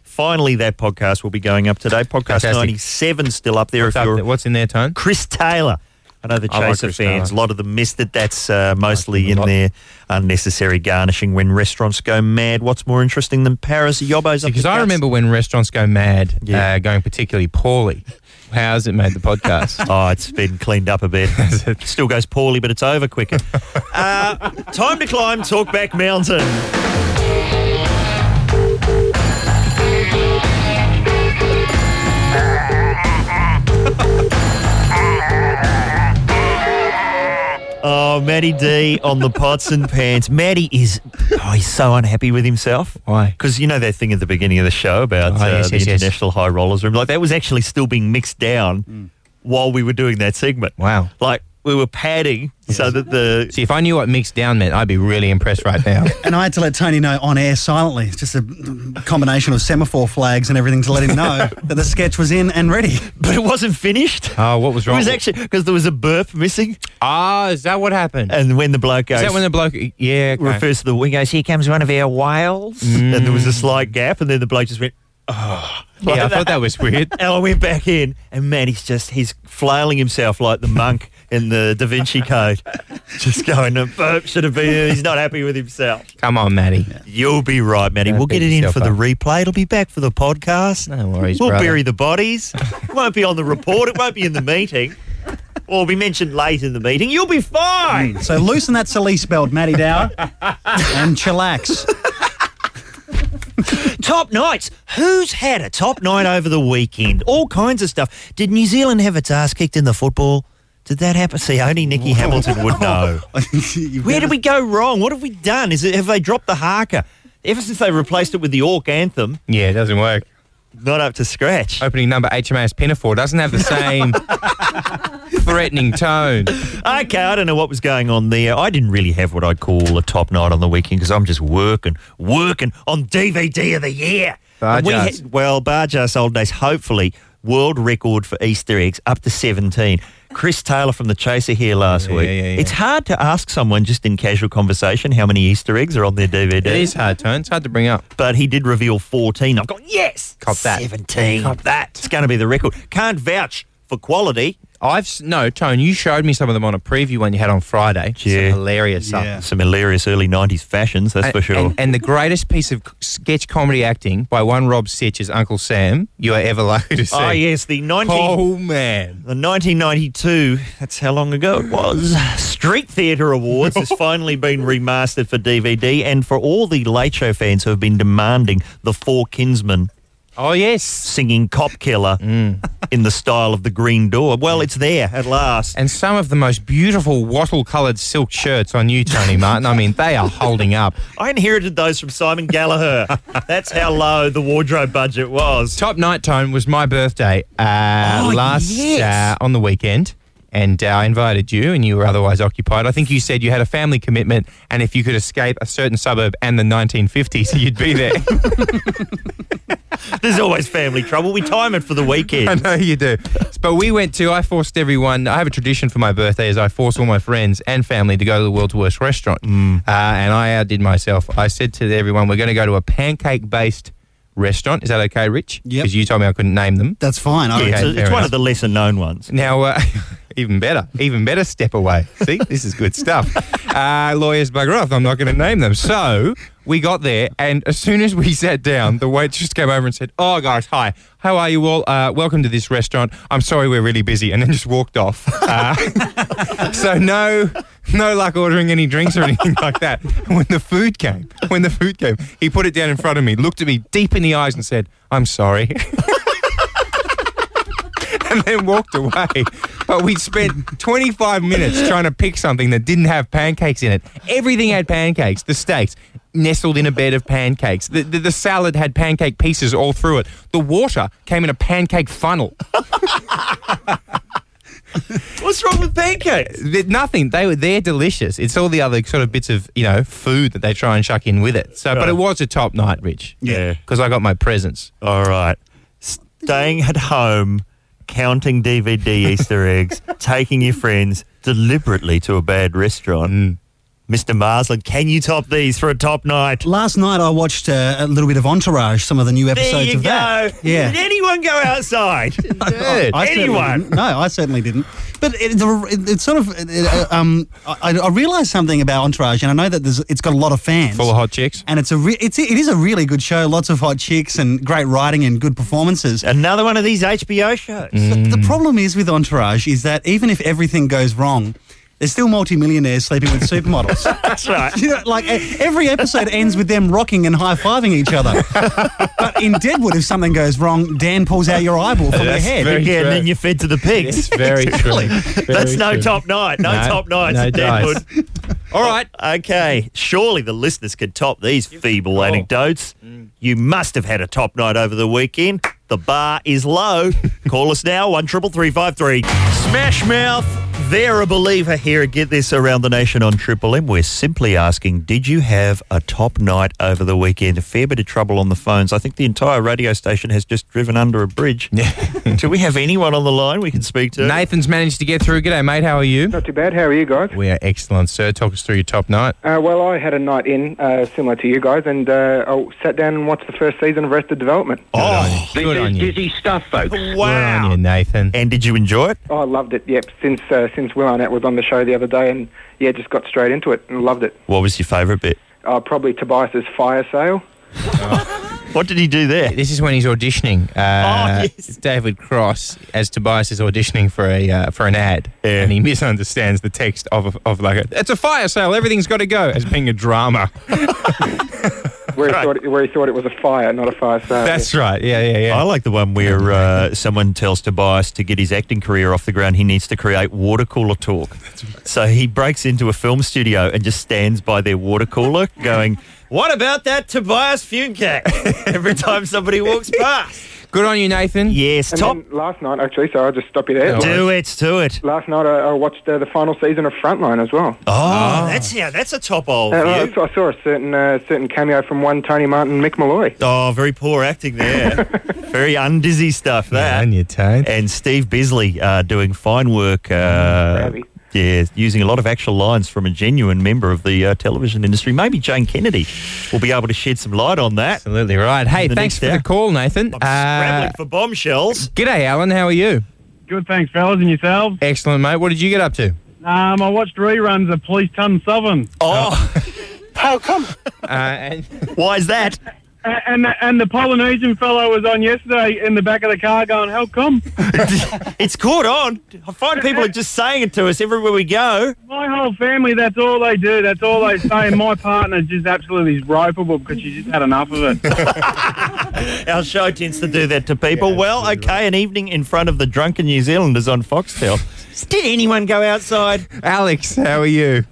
Speaker 1: finally that podcast will be going up today. Podcast
Speaker 2: Mm. Fantastic.
Speaker 1: 97 still up there if you're
Speaker 2: What's in there, Tone?
Speaker 1: Chris Taylor. I know the
Speaker 2: I like
Speaker 1: Chaser
Speaker 2: Chris
Speaker 1: fans, a
Speaker 2: Taylor.
Speaker 1: lot of them missed it. That's uh, mostly
Speaker 2: a
Speaker 1: in
Speaker 2: lot.
Speaker 1: their unnecessary garnishing when restaurants go mad. What's more interesting than Paris Yobos? up
Speaker 2: Because
Speaker 1: the
Speaker 2: I
Speaker 1: guts?
Speaker 2: remember when restaurants go mad,
Speaker 1: Yeah.
Speaker 2: uh, going particularly poorly. How's it made the podcast?
Speaker 1: [LAUGHS] Oh, it's been cleaned up a
Speaker 2: [LAUGHS]
Speaker 1: bit. it still goes poorly, but it's over quicker. uh, time to climb Talkback Mountain. Oh, Matty D on the pots and pans. Matty is oh, he's so unhappy with himself.
Speaker 2: Why?
Speaker 1: Because you know that thing at the beginning of the show about
Speaker 2: Oh,
Speaker 1: uh,
Speaker 2: yes,
Speaker 1: the
Speaker 2: yes, yes.
Speaker 1: international high rollers room. Like that was actually still being mixed down while we were doing that segment.
Speaker 2: Wow.
Speaker 1: Like we were padding so that the
Speaker 2: See, if I knew what mixed down meant, I'd be really impressed right now.
Speaker 5: and I had to let Tony know on air silently. It's just a combination of semaphore flags and everything to let him know that the sketch was in and ready.
Speaker 1: but
Speaker 5: [LAUGHS]
Speaker 1: it wasn't finished.
Speaker 2: Oh, what was
Speaker 1: It
Speaker 2: wrong?
Speaker 1: was actually because there was a burp missing,
Speaker 2: Ah, is that what happened?
Speaker 1: and when the bloke goes,
Speaker 2: is that when the bloke? Yeah. okay. Mm.
Speaker 1: refers to the wing, goes, "Here comes one of our whales," and there was a slight gap, and then the bloke just went, "Oh."
Speaker 2: yeah, I
Speaker 1: Like
Speaker 2: thought that was weird.
Speaker 1: [LAUGHS] And I went back in, and man, he's just he's flailing himself like the monk in the Da Vinci Code, [LAUGHS] just going, "The burp should have been." He's not happy with himself.
Speaker 2: Come on, Matty.
Speaker 1: You'll be right, Matty.
Speaker 2: Don't
Speaker 1: We'll get
Speaker 2: beat
Speaker 1: it in
Speaker 2: yourself
Speaker 1: for the
Speaker 2: up.
Speaker 1: replay. It'll be back for the podcast.
Speaker 2: No worries,
Speaker 1: We'll
Speaker 2: brother.
Speaker 1: bury the bodies. it won't be on the report. It won't be in the meeting. Or be mentioned late in the meeting. You'll be fine.
Speaker 5: So loosen that Celeste belt, Matty Dower, and chillax.
Speaker 1: top nights. Who's had a top night over the weekend? All kinds of stuff. Did New Zealand have its ass kicked in the football? Did that happen? See, only Nicky Hamilton
Speaker 5: Oh. [LAUGHS]
Speaker 1: would [LAUGHS] know.
Speaker 5: You've
Speaker 1: Where
Speaker 5: never-
Speaker 1: did we go wrong? What have we done? Is it have they dropped the haka? Ever since they replaced it with the Orc anthem,
Speaker 2: Yeah, it doesn't work.
Speaker 1: not up to scratch.
Speaker 2: Opening number HMAS Pinafore doesn't have the same threatening tone.
Speaker 1: [LAUGHS] Okay, I don't know what was going on there. I didn't really have what I'd call a top night on the weekend because I'm just working, working on DVD of the year. And we
Speaker 2: Barjas.
Speaker 1: had- well, Barjas Old Days, hopefully, world record for Easter eggs up to 17. Chris Taylor from The Chaser here last
Speaker 2: Yeah,
Speaker 1: week.
Speaker 2: yeah, yeah, yeah.
Speaker 1: It's hard to ask someone just in casual conversation how many Easter eggs are on their DVD,
Speaker 2: It is hard tone. It's hard to bring up.
Speaker 1: but he did reveal 14. I've gone, yes!
Speaker 2: Cop that.
Speaker 1: 17. Cop that. It's going to be the record. Can't vouch for quality.
Speaker 2: I've s- no Tone. You showed me some of them on a preview one you had on Friday.
Speaker 1: Yeah.
Speaker 2: Some hilarious stuff.
Speaker 5: Yeah.
Speaker 1: Some hilarious early 90s fashions, that's
Speaker 2: And-
Speaker 1: for sure.
Speaker 2: And, and the greatest piece of c- sketch comedy acting by one Rob Sitch is Uncle Sam you are ever likely to see.
Speaker 1: oh, yes, the 19...
Speaker 2: Oh man.
Speaker 1: The 1992, that's how long ago it was, Street Theatre Awards
Speaker 2: [LAUGHS]
Speaker 1: has finally been remastered for DVD and for all the Late Show fans who have been demanding the Four Kinsmen
Speaker 2: Oh yes. Mm.
Speaker 1: singing Cop
Speaker 2: [LAUGHS]
Speaker 1: Killer in the style of The Green Door. Well, it's there at last.
Speaker 2: And some of the most beautiful wattle-coloured silk shirts on you, Tony Martin. I mean, they are holding
Speaker 1: [LAUGHS]
Speaker 2: up.
Speaker 1: I inherited those from Simon
Speaker 2: [LAUGHS]
Speaker 1: Gallagher. that's how low the wardrobe budget was.
Speaker 2: Top night tone was my birthday uh,
Speaker 1: Oh,
Speaker 2: last
Speaker 1: yes.
Speaker 2: uh, on the weekend, and uh, I invited you, and you were otherwise occupied. I think you said you had a family commitment, and if you could escape a certain suburb and the 1950s, [LAUGHS] you'd be there.
Speaker 1: There's [LAUGHS] always family trouble. We time it for the
Speaker 2: [LAUGHS] I
Speaker 1: weekend.
Speaker 2: know you do. But we went to. I forced everyone. I have a tradition for my birthday, is I force all my friends and family to go to the world's worst restaurant,
Speaker 1: Mm.
Speaker 2: uh, and I outdid myself. I said to everyone, "We're going to go to a pancake-based restaurant. Is that okay, Rich?
Speaker 5: Yep.
Speaker 2: Because you told me I couldn't name them.
Speaker 5: That's fine. I
Speaker 2: Yeah.
Speaker 1: It's,
Speaker 2: fair
Speaker 1: it's one
Speaker 2: enough.
Speaker 1: of the lesser known ones.
Speaker 2: Now, uh, [LAUGHS] even better, even better step away. See, this is good
Speaker 5: [LAUGHS]
Speaker 2: stuff. Uh, lawyers bugger off. I'm not going to name them. So we got there, and as soon as we sat down, the waitress came over and said, Oh, guys, hi. How are you all? Uh, welcome to this restaurant. I'm sorry we're really busy. And then just walked off.
Speaker 5: [LAUGHS]
Speaker 2: Uh, so no no luck ordering any drinks or anything like that. And when the food came, when the food came, he put it down in front of me, looked at me deep in the eyes and said, I'm sorry. [LAUGHS] and then walked away. But we spent 25 minutes trying to pick something that didn't have pancakes in it. Everything had pancakes. The steaks nestled in a bed of pancakes. The, the, the salad had pancake pieces all through it. The water came in a pancake funnel.
Speaker 1: [LAUGHS] What's wrong with pancakes?
Speaker 2: Th- nothing. They were they're delicious. It's all the other sort of bits of you know food that they try and chuck in with it. So, but it was a top night, Rich.
Speaker 1: Yeah.
Speaker 2: because I got my presents.
Speaker 1: All right. Staying at home, counting
Speaker 5: [LAUGHS]
Speaker 1: DVD Easter eggs, taking your friends deliberately to a bad restaurant.
Speaker 5: Mm.
Speaker 1: Mr. Marsland, can you top these for a top night?
Speaker 5: Last night I watched uh, a little bit of Entourage, some of the new episodes
Speaker 1: There you
Speaker 5: of
Speaker 1: go.
Speaker 5: that. Yeah.
Speaker 1: Did anyone go
Speaker 5: [LAUGHS]
Speaker 1: outside?
Speaker 2: Nerd.
Speaker 5: certainly
Speaker 1: Anyone.
Speaker 5: didn't. No, I certainly didn't. But it, the, it, it's sort of it, uh, um, I, I realised something about Entourage, and I know that there's, it's got a lot of fans.
Speaker 2: Full of hot chicks.
Speaker 5: and it's a re- it's it is a really good show. Lots of hot chicks and great writing and good performances.
Speaker 1: Another one of these HBO shows.
Speaker 5: The,
Speaker 2: Mm.
Speaker 5: the problem is with Entourage is that even if everything goes wrong, there's still multimillionaires sleeping with
Speaker 2: [LAUGHS]
Speaker 5: supermodels.
Speaker 1: That's right.
Speaker 5: You know, like e- every episode ends with them rocking and high fiving each
Speaker 2: [LAUGHS]
Speaker 5: other. but in Deadwood, if something goes wrong, Dan pulls out your eyeball from your
Speaker 2: That's
Speaker 5: head.
Speaker 2: very-
Speaker 1: Again,
Speaker 2: true.
Speaker 1: then you're fed to the pigs. [LAUGHS]
Speaker 2: very true.
Speaker 1: That's no top night. No,
Speaker 2: No,
Speaker 1: top nights
Speaker 2: no
Speaker 1: at Deadwood.
Speaker 2: All right.
Speaker 1: Oh, Okay, surely the listeners could top these
Speaker 2: Oh.
Speaker 1: feeble anecdotes.
Speaker 2: Mm.
Speaker 1: You must have had a top night over the weekend. The bar is
Speaker 2: [LAUGHS]
Speaker 1: low. Call us now, one triple three five three. Smash Mouth, they're a believer here at Get This Around the Nation on Triple M. We're simply asking, did you have a top night over the weekend? A fair bit of trouble on the phones. I think the entire radio station has just driven under a
Speaker 2: [LAUGHS]
Speaker 1: bridge. Do we have anyone on the line we can speak to?
Speaker 2: Nathan's managed to get through. G'day, mate. How are you?
Speaker 10: Not too bad. How are you guys?
Speaker 2: We are excellent, sir. Talk us through your top night.
Speaker 10: Uh, well, I had a night in uh, similar to you guys, and uh, I sat down and watched the first season of Arrested Development.
Speaker 1: Oh,
Speaker 2: Good on you. Good
Speaker 11: stuff, folks.
Speaker 2: on you,
Speaker 1: wow.
Speaker 2: Nathan.
Speaker 1: And did you enjoy it?
Speaker 10: Oh, I loved it. Yep, since uh, since Will Arnett was on the show the other day, and yeah, just got straight into it and loved it.
Speaker 1: What was your favourite bit?
Speaker 10: Uh, probably Tobias's fire sale.
Speaker 1: What did he do there?
Speaker 2: This is when he's auditioning. Uh,
Speaker 1: Oh, yes.
Speaker 2: David Cross, as Tobias is auditioning for a uh, for an ad,
Speaker 1: Yeah.
Speaker 2: and he misunderstands the text of of like a, it's a fire sale. Everything's got to go as being a drama.
Speaker 10: Where, he, thought it, where he thought it was a fire, not a fire
Speaker 1: Oh,
Speaker 10: sale.
Speaker 2: That's right. Yeah, yeah, yeah.
Speaker 1: I like the one where uh, someone tells Tobias to get his acting career off the ground, he needs to create water cooler
Speaker 2: [LAUGHS]
Speaker 1: talk. So he breaks into a film studio and just stands by their water
Speaker 2: [LAUGHS]
Speaker 1: cooler going, What about that Tobias Fugate? Every time somebody walks past.
Speaker 2: Good on you, Nathan.
Speaker 1: Yes,
Speaker 10: And
Speaker 1: top.
Speaker 10: then last night, actually, so I'll just stop you there.
Speaker 2: No.
Speaker 1: Do it, do it.
Speaker 10: Last night, I, I watched uh, the final season of Frontline as well.
Speaker 1: Oh, that's yeah, that's a top old
Speaker 10: Uh, I,
Speaker 1: view.
Speaker 10: saw- I saw a certain uh, certain cameo from one Tony Martin, Mick Malloy.
Speaker 1: Oh, very poor acting there. very undizzy stuff
Speaker 2: Yeah,
Speaker 1: that.
Speaker 2: on your toes.
Speaker 1: and Steve Bisley uh, doing fine work. Uh,
Speaker 10: Really?
Speaker 1: yeah, using a lot of actual lines from a genuine member of the uh, television industry. Maybe Jane Kennedy will be able to shed some light on that.
Speaker 2: Absolutely right. Hey,
Speaker 1: The
Speaker 2: thanks
Speaker 1: next
Speaker 2: for
Speaker 1: hour.
Speaker 2: the call,
Speaker 1: I'm
Speaker 2: Nathan. Uh,
Speaker 1: scrambling for bombshells.
Speaker 2: g'day, Alan. How are you?
Speaker 12: Good, thanks, fellas, and yourselves.
Speaker 2: Excellent, mate. What did you get up to?
Speaker 12: Um, I watched reruns of Police Ton Southern.
Speaker 1: [LAUGHS]
Speaker 2: Oh, Uh,
Speaker 12: How come?
Speaker 2: and
Speaker 1: why is that?
Speaker 12: And the, and the Polynesian fellow was on yesterday in the back of the car going, "How come?"
Speaker 1: [LAUGHS] it's caught on. I find people are just saying it to us everywhere we go.
Speaker 12: My whole family, that's all they do. That's all they say. And my partner just absolutely is ropeable because she just had enough of
Speaker 1: [LAUGHS]
Speaker 12: it. [LAUGHS]
Speaker 1: Our show tends to do that to people. well, okay, an evening in front of the drunken New Zealanders on
Speaker 2: [LAUGHS]
Speaker 1: Foxtel. Did anyone go outside?
Speaker 2: Alex, how are you?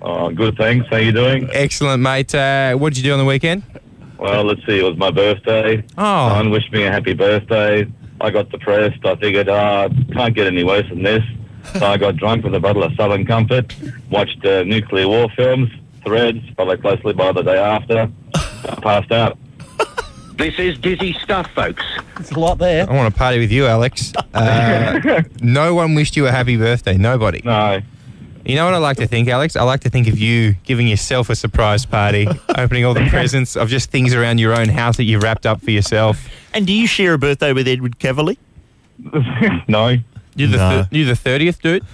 Speaker 13: Oh, good, thanks. How you doing?
Speaker 2: Excellent, mate. Uh, what did you do on the weekend?
Speaker 13: Well, let's see. It was my birthday.
Speaker 2: Oh.
Speaker 13: Someone wished me a happy birthday. I got depressed. I figured, ah, can't get any worse than this. So I got drunk with a bottle of Southern Comfort, watched uh, nuclear war films, Threads, followed closely by the day after. I passed out.
Speaker 14: This is dizzy stuff, folks.
Speaker 2: It's a lot there. I want to party with
Speaker 1: [LAUGHS]
Speaker 2: you, Alex. Uh, no one wished you a happy birthday. Nobody.
Speaker 13: No.
Speaker 2: You know what I like to think, Alex? I like to think of you giving yourself a
Speaker 1: [LAUGHS]
Speaker 2: surprise party, opening all the presents of just things around your own house that you wrapped up for yourself.
Speaker 1: And do you share a birthday with Edward
Speaker 12: [LAUGHS]
Speaker 1: Cavalier?
Speaker 13: no.
Speaker 2: You're the,
Speaker 13: No.
Speaker 2: thir- you're the 30th, dude?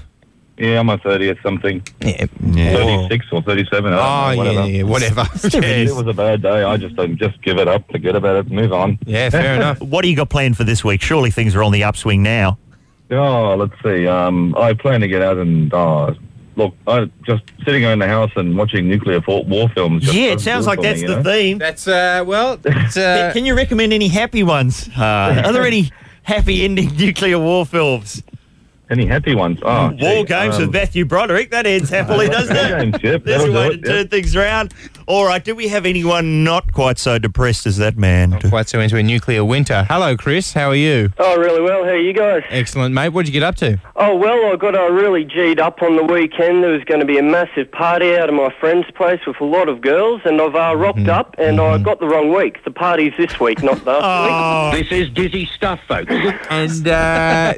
Speaker 13: Yeah, I'm on 30th something.
Speaker 2: Yeah.
Speaker 13: 36 or 37. I
Speaker 2: Oh,
Speaker 13: don't know, whatever.
Speaker 2: yeah,
Speaker 1: [LAUGHS]
Speaker 2: yeah, whatever.
Speaker 13: it was a bad day. I just um, just give it up, forget about it, move on.
Speaker 2: [LAUGHS]
Speaker 13: [LAUGHS]
Speaker 1: What do you got planned for this week? Surely things are on the upswing now.
Speaker 13: Oh, let's see. Um, I plan to get out and uh, look. I just sitting in the house and watching nuclear for- war films. just
Speaker 1: yeah, it
Speaker 13: doesn't
Speaker 1: sounds
Speaker 13: do
Speaker 1: like
Speaker 13: for me,
Speaker 1: that's
Speaker 13: you
Speaker 1: the
Speaker 13: know?
Speaker 1: theme.
Speaker 2: That's uh,
Speaker 1: [LAUGHS]
Speaker 2: well. It's, uh,
Speaker 1: Can you recommend any happy ones? Uh, are there
Speaker 2: [LAUGHS]
Speaker 1: any happy ending nuclear war films?
Speaker 13: Any happy ones? Oh,
Speaker 1: war
Speaker 13: gee,
Speaker 1: games
Speaker 13: um,
Speaker 1: with Matthew Broderick. That ends
Speaker 13: [LAUGHS]
Speaker 1: happily, doesn't it?
Speaker 13: War games,
Speaker 1: [LAUGHS]
Speaker 13: yep,
Speaker 1: There's a
Speaker 13: that'll
Speaker 1: way
Speaker 13: do
Speaker 1: to
Speaker 13: it,
Speaker 1: turn
Speaker 13: yep.
Speaker 1: things around. All right, do we have anyone not quite so depressed as that man? Not
Speaker 2: quite so into a nuclear winter. Hello, Chris. How are you?
Speaker 4: Oh, really well. How are you guys?
Speaker 2: Excellent, mate. What'd you get up to?
Speaker 4: Oh, well, I got uh, really G'd up on the weekend. There was going to be a massive party out of my friend's place with a lot of girls, and I've uh, rocked up and I got the wrong week. The party's this week,
Speaker 1: [LAUGHS]
Speaker 4: not the
Speaker 1: Oh.
Speaker 4: week. This is dizzy stuff, folks.
Speaker 2: And
Speaker 1: [LAUGHS]
Speaker 2: uh,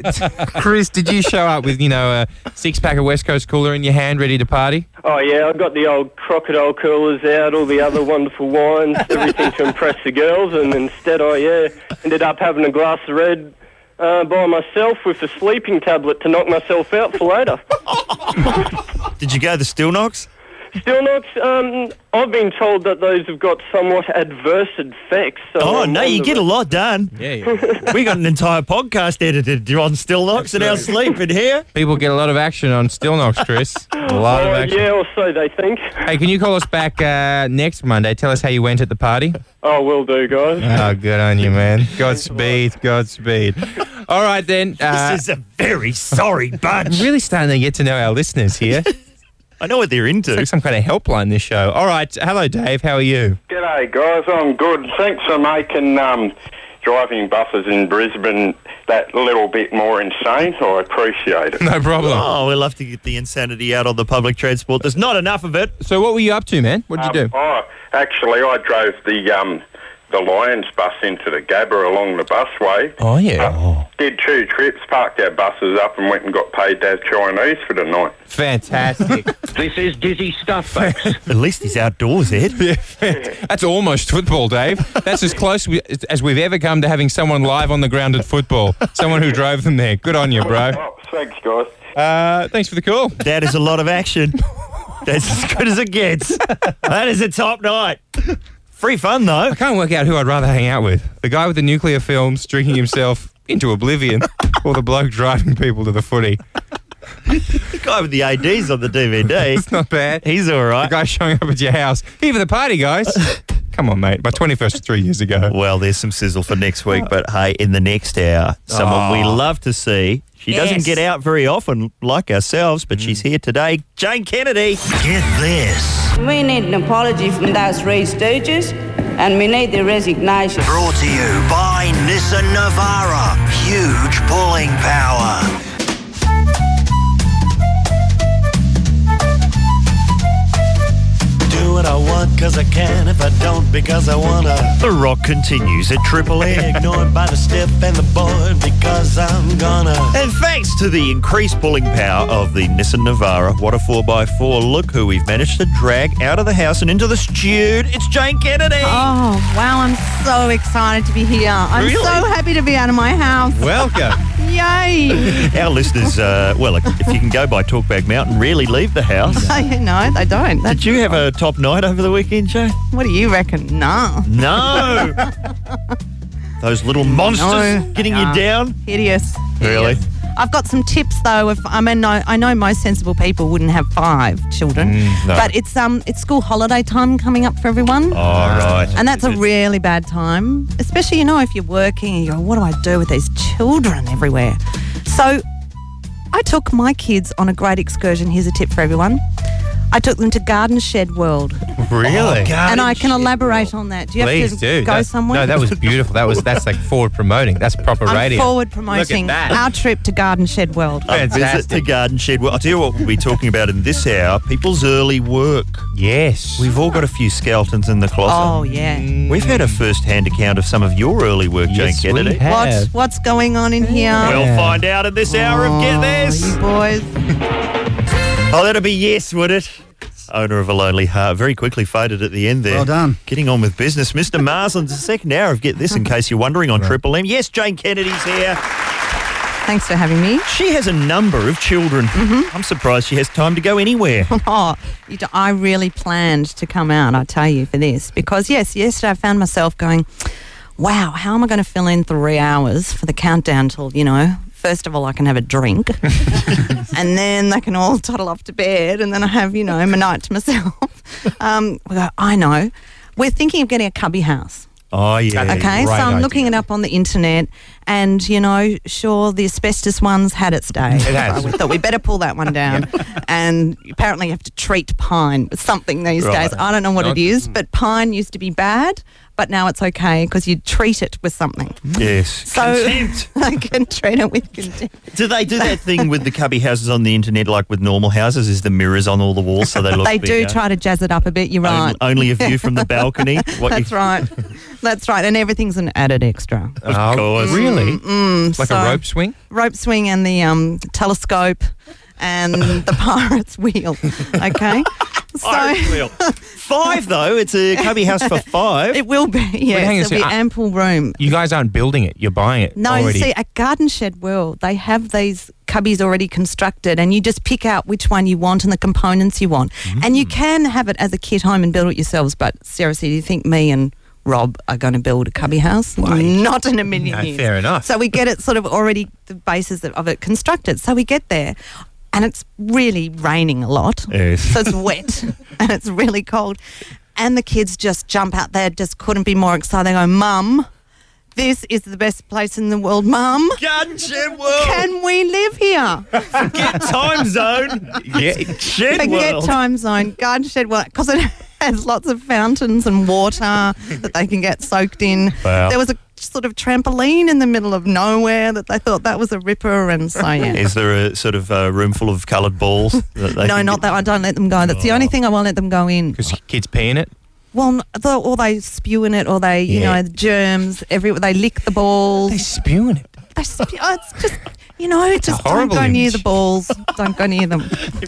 Speaker 2: Chris, did you show up with you know a six pack of West Coast cooler in your hand, ready to party?
Speaker 4: Oh, yeah, I got the old crocodile coolers out, all the other wonderful wines, everything to impress the girls, and instead I, yeah, ended up having a glass of red. Uh, by myself with a sleeping tablet to knock myself out for later.
Speaker 1: [LAUGHS] Did you go the Steel Knocks?
Speaker 4: Still not. Um, I've been told that those have got somewhat adverse effects. So
Speaker 1: Oh,
Speaker 4: I'm
Speaker 1: no,
Speaker 4: on
Speaker 1: you
Speaker 4: the
Speaker 1: get a
Speaker 4: re-
Speaker 1: lot done.
Speaker 2: Yeah,
Speaker 1: we got an entire podcast edited on Still Knocks in our sleep in here.
Speaker 2: People get a lot of action on Still Knocks, Chris.
Speaker 4: [LAUGHS]
Speaker 2: A lot of
Speaker 4: Oh,
Speaker 2: action.
Speaker 4: yeah, or so they think.
Speaker 2: Hey, can you call us back uh, next Monday? Tell us how you went at the party.
Speaker 4: Oh, will do, guys.
Speaker 2: Oh, good on you, man. Godspeed.
Speaker 4: [LAUGHS]
Speaker 2: Godspeed. All right, then. Uh,
Speaker 1: this is a very sorry bunch.
Speaker 2: I'm really starting to get to know our listeners here.
Speaker 1: [LAUGHS] I know what they're into.
Speaker 2: It's like some kind of helpline, this show. All right. Hello, Dave. How are you?
Speaker 15: G'day, guys. I'm good. Thanks for making um, driving buses in Brisbane that little bit more insane. I appreciate it.
Speaker 2: [LAUGHS] No problem.
Speaker 1: Oh, we love to get the insanity out on the public transport. There's not enough of it.
Speaker 2: So, what were you up to, man? What
Speaker 15: Um, Oh, actually, I drove the um, the Lions bus into the Gabba along the busway. Uh,
Speaker 2: Oh, yeah.
Speaker 15: Did two trips, parked our buses up, and went and got paid to have Chinese for the night.
Speaker 2: Fantastic.
Speaker 14: [LAUGHS] This is dizzy stuff,
Speaker 2: [LAUGHS]
Speaker 14: folks.
Speaker 1: At least he's outdoors, Ed.
Speaker 2: That's almost football, Dave. That's as close we, as we've ever come to having someone live on the ground at football. Someone who drove them there. Good on you, bro.
Speaker 15: Oh, Thanks, guys.
Speaker 2: Uh, thanks for the call.
Speaker 1: That is a lot of
Speaker 2: [LAUGHS]
Speaker 1: action. That's as good as it gets. That is a top night. Free fun, though. I
Speaker 2: can't work out who I'd rather hang out with. The guy with the nuclear films drinking himself into oblivion [LAUGHS] or the bloke driving people to the footy.
Speaker 1: The guy with the ADs on the DVD.
Speaker 2: It's not bad.
Speaker 1: He's all right.
Speaker 2: The guy showing up at your house. Even the party, guys. Come on, mate. My 21st was three years ago.
Speaker 1: Well, there's some sizzle for next week, but hey, in the next hour, someone we
Speaker 2: Oh.
Speaker 1: love to see. She
Speaker 8: Yes.
Speaker 1: doesn't get out very often like ourselves, but she's here today. Jane Kennedy. Get this.
Speaker 16: We need an apology from those Ray Sturges and we need their resignation.
Speaker 8: Brought to you by Nissan Navara. Huge pulling power.
Speaker 9: Do what I want because I can, if I don't because I wanna.
Speaker 1: The rock continues at Triple M.
Speaker 9: Ignored by the stiff and the bored because I'm gonna.
Speaker 1: And thanks to the increased pulling power of the Nissan Navara, what a 4x4. Look who we've managed to drag out of the house and into the stewed. It's Jane Kennedy.
Speaker 17: Oh, wow, I'm so excited to be here. I'm
Speaker 1: Really?
Speaker 17: so happy to be out of my house.
Speaker 2: Welcome.
Speaker 17: Yay!
Speaker 1: [LAUGHS]
Speaker 17: [LAUGHS]
Speaker 1: Our listeners, uh, well, if you can go by Talkback Mountain, really leave the house.
Speaker 17: no, they don't. That's,
Speaker 1: Did you have a top night over the weekend, Joe?
Speaker 17: what do you reckon? Nah. [LAUGHS]
Speaker 1: No. Those little monsters
Speaker 17: No.
Speaker 1: getting
Speaker 17: Nah.
Speaker 1: you down.
Speaker 17: Hideous.
Speaker 1: Really?
Speaker 17: I've got some tips though. If I mean, I, I know most sensible people wouldn't have five children,
Speaker 1: Mm, no.
Speaker 17: but it's um it's school holiday time coming up for everyone.
Speaker 1: Oh, right.
Speaker 17: And that's a really bad time, especially you know if you're working and you go, what do I do with these children everywhere? So I took my kids on a great excursion. Here's a tip for everyone. I took them to Garden Shed World.
Speaker 2: Really?
Speaker 17: and I can elaborate on that. Do you
Speaker 2: [LAUGHS] Please
Speaker 17: have to
Speaker 2: do.
Speaker 17: go
Speaker 2: That-
Speaker 17: somewhere?
Speaker 2: No, that was beautiful. That was that's like forward promoting. That's proper
Speaker 17: I'm
Speaker 2: radio.
Speaker 17: forward promoting
Speaker 2: Look at
Speaker 17: our
Speaker 2: that.
Speaker 17: trip to Garden Shed World.
Speaker 1: A visit to Garden Shed. Well, I'll tell you what we'll be talking about in this hour people's early work.
Speaker 2: Yes.
Speaker 1: We've all got a few skeletons in the closet.
Speaker 17: Oh yeah.
Speaker 1: We've had a first hand account of some of your early work,
Speaker 2: Yes,
Speaker 1: Jane
Speaker 2: we
Speaker 1: Kennedy.
Speaker 17: What's what's going on in here? Oh,
Speaker 1: We'll find out in this hour of Get This.
Speaker 17: You boys. [LAUGHS]
Speaker 1: Oh, that'd be yes, would it? Owner of a Lonely Heart, very quickly faded at the end there.
Speaker 5: Well done.
Speaker 1: Getting on with business. Mr. Marsland's the second hour of Get This, in case you're wondering, on Triple M. Yes, Jane Kennedy's here.
Speaker 17: Thanks for having me. Mm-hmm.
Speaker 1: She has a number of children. I'm surprised she has time to go anywhere.
Speaker 17: Oh, you d I I really planned to come out, I tell you, for this. Because, yes, yesterday I found myself going, wow, how am I going to fill in three hours for the countdown till, you know, first of all, I can have
Speaker 1: [LAUGHS]
Speaker 17: a drink. and then they can all toddle off to bed. And then I have, you know, my night to myself. [LAUGHS] Um, we go, I know. We're thinking of getting a cubby house.
Speaker 1: Oh, yeah.
Speaker 17: Uh, Okay, so I'm looking it up on the internet, and you know, sure, the asbestos one's had its day.
Speaker 2: It has.
Speaker 17: So we thought we better pull that
Speaker 1: [LAUGHS]
Speaker 17: one down. And apparently, you have to treat pine with something these
Speaker 2: Right.
Speaker 17: days. I don't know what it
Speaker 2: Not-
Speaker 17: is, but pine used to be bad, but now it's okay because you treat it with something.
Speaker 1: Yes.
Speaker 17: So [LAUGHS] I can treat it with contempt.
Speaker 1: Do they do that thing with the cubby houses on the internet, like with normal houses? Is the mirrors on all the walls so
Speaker 17: [LAUGHS]
Speaker 1: they look?
Speaker 17: They do
Speaker 1: bigger?
Speaker 17: try to jazz it up a bit. You're
Speaker 1: On-
Speaker 17: right.
Speaker 1: Only a view
Speaker 17: [LAUGHS]
Speaker 1: from the balcony. What
Speaker 17: That's
Speaker 1: you- [LAUGHS]
Speaker 17: right. That's right. And everything's an added extra.
Speaker 1: Of course.
Speaker 2: Oh, Really?
Speaker 17: Mm,
Speaker 2: Like
Speaker 17: so-
Speaker 2: a rope swing?
Speaker 17: rope swing and the um, telescope
Speaker 2: [LAUGHS]
Speaker 17: and the pirate's wheel. Okay.
Speaker 1: Pirate's
Speaker 17: [LAUGHS]
Speaker 1: wheel. Five though. It's a cubby house for five.
Speaker 17: It will be, yes.
Speaker 2: hang on a
Speaker 17: There'll be
Speaker 2: sec, I-
Speaker 17: ample room.
Speaker 2: You guys aren't building it. You're buying it.
Speaker 17: No,
Speaker 2: already.
Speaker 17: see, at Garden Shed World, they have these cubbies already constructed, and you just pick out which one you want and the components you want.
Speaker 2: Mm-hmm.
Speaker 17: And you can have it as a kit home and build it yourselves, but seriously, do you think me and Rob are going to build a cubby house? Not in a million
Speaker 2: No,
Speaker 17: years.
Speaker 2: fair enough.
Speaker 17: So we get it sort of already, the basis of it constructed. So we get there. And it's really raining a lot.
Speaker 1: Yes.
Speaker 17: So it's wet [LAUGHS] and it's really cold. And the kids just jump out there, just couldn't be more excited. They go, Mum, this is the best place in the world, Mum.
Speaker 1: Garden Shed World.
Speaker 17: Can we live here? [LAUGHS]
Speaker 1: time zone.
Speaker 2: Yeah.
Speaker 1: Shed
Speaker 17: Forget
Speaker 1: World.
Speaker 17: time zone, garden shed world, because it [LAUGHS] has lots of fountains and water that they can get soaked in.
Speaker 1: Wow.
Speaker 17: There was a sort of trampoline in the middle of nowhere that they thought that was a ripper,
Speaker 1: [LAUGHS]
Speaker 17: and so yeah.
Speaker 1: Is there a sort of uh, room full of coloured balls? That they
Speaker 17: No,
Speaker 1: can
Speaker 17: not that. I don't let them go. That's the only thing I won't let them go in.
Speaker 2: Because kids pee in it.
Speaker 17: Well, n- the, or they spew in it, or they, you
Speaker 2: Yeah.
Speaker 17: know, germs. Every they lick the balls.
Speaker 2: They spew in it.
Speaker 17: They spew, oh, it's just, you know, just don't
Speaker 2: horrible
Speaker 17: go near
Speaker 2: image.
Speaker 17: the balls. don't go near them.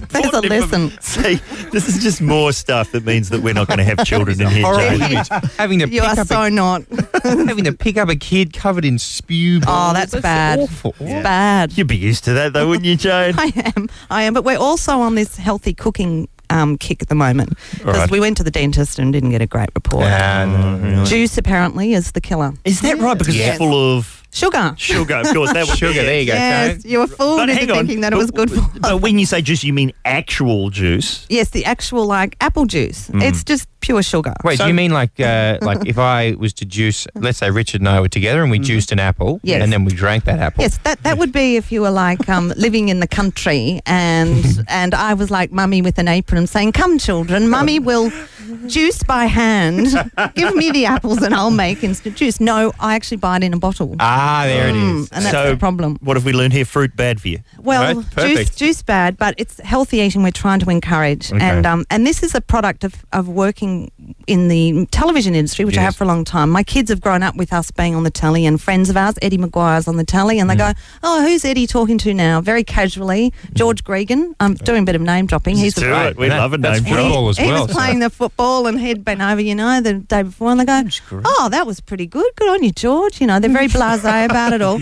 Speaker 17: There's a lesson.
Speaker 1: [LAUGHS] See, this is just more stuff that means that we're not going to have children in here.
Speaker 2: Horrible
Speaker 17: [LAUGHS]
Speaker 2: [LAUGHS]
Speaker 1: Jane.
Speaker 2: image. Having to
Speaker 17: You
Speaker 2: pick
Speaker 17: are
Speaker 2: up
Speaker 17: so
Speaker 2: a,
Speaker 17: not.
Speaker 2: [LAUGHS] having to pick up a kid covered in spew.
Speaker 17: Oh,
Speaker 2: balls.
Speaker 17: that's bad.
Speaker 2: Awful.
Speaker 17: It's Bad.
Speaker 1: You'd be used to that though, wouldn't you, Jane?
Speaker 17: [LAUGHS] I am. I am. But we're also on this healthy cooking um, kick at the moment because
Speaker 1: Right.
Speaker 17: we went to the dentist and didn't get a great report.
Speaker 2: Nah, no, really.
Speaker 17: Juice apparently is the killer.
Speaker 1: Is that Oh, right? Because
Speaker 2: Yes.
Speaker 1: it's full of
Speaker 17: Sugar.
Speaker 1: sugar. Of course,
Speaker 2: [LAUGHS]
Speaker 1: that would
Speaker 2: Sugar,
Speaker 1: Be it.
Speaker 2: there you go.
Speaker 17: Yes,
Speaker 2: Karen.
Speaker 17: you were fooled into thinking that it
Speaker 1: but-
Speaker 17: was good for.
Speaker 1: But when you say juice, you mean actual juice.
Speaker 17: Yes, the actual like apple juice.
Speaker 1: Mm.
Speaker 17: It's just pure sugar.
Speaker 2: Wait, do you mean like uh, like if I was to juice, let's say Richard and I were together and we
Speaker 1: Mm-hmm.
Speaker 2: juiced an apple
Speaker 17: Yes.
Speaker 2: and then we drank that apple?
Speaker 17: Yes, that, that would be if you were like
Speaker 2: [LAUGHS]
Speaker 17: um, living in the country and and I was like mummy with an apron saying, Come children, mummy will juice by hand. Give me the apples and I'll make instant juice. No, I actually buy it in a bottle.
Speaker 2: Ah, there it
Speaker 17: Mm,
Speaker 2: is.
Speaker 17: and that's
Speaker 1: So-
Speaker 17: the problem.
Speaker 1: What have we learned here? Fruit bad for you.
Speaker 17: Well,
Speaker 2: Right,
Speaker 17: juice,
Speaker 2: perfect.
Speaker 17: juice bad, but it's healthy eating we're trying to encourage.
Speaker 2: Okay.
Speaker 17: And um, and this is a product of, of working in the television industry, which I
Speaker 2: Yes.
Speaker 17: have for a long time. My kids have grown up with us being on the telly and friends of ours, Eddie Maguire's on the telly, and they
Speaker 1: Mm.
Speaker 17: go, Oh, who's Eddie talking to now? Very casually. George Gregan. I'm doing a bit of name dropping. He's
Speaker 1: do
Speaker 17: the
Speaker 1: it. We
Speaker 2: That-
Speaker 1: love a
Speaker 2: that's
Speaker 1: name
Speaker 2: really-
Speaker 1: drop.
Speaker 2: Football as
Speaker 17: he
Speaker 2: well,
Speaker 17: was
Speaker 2: so-
Speaker 17: playing the football and he'd been over, you know, the day before, and they go, "Oh, that was pretty good.
Speaker 1: [LAUGHS]
Speaker 17: Good on you, George." You know, they're very blasé about it all.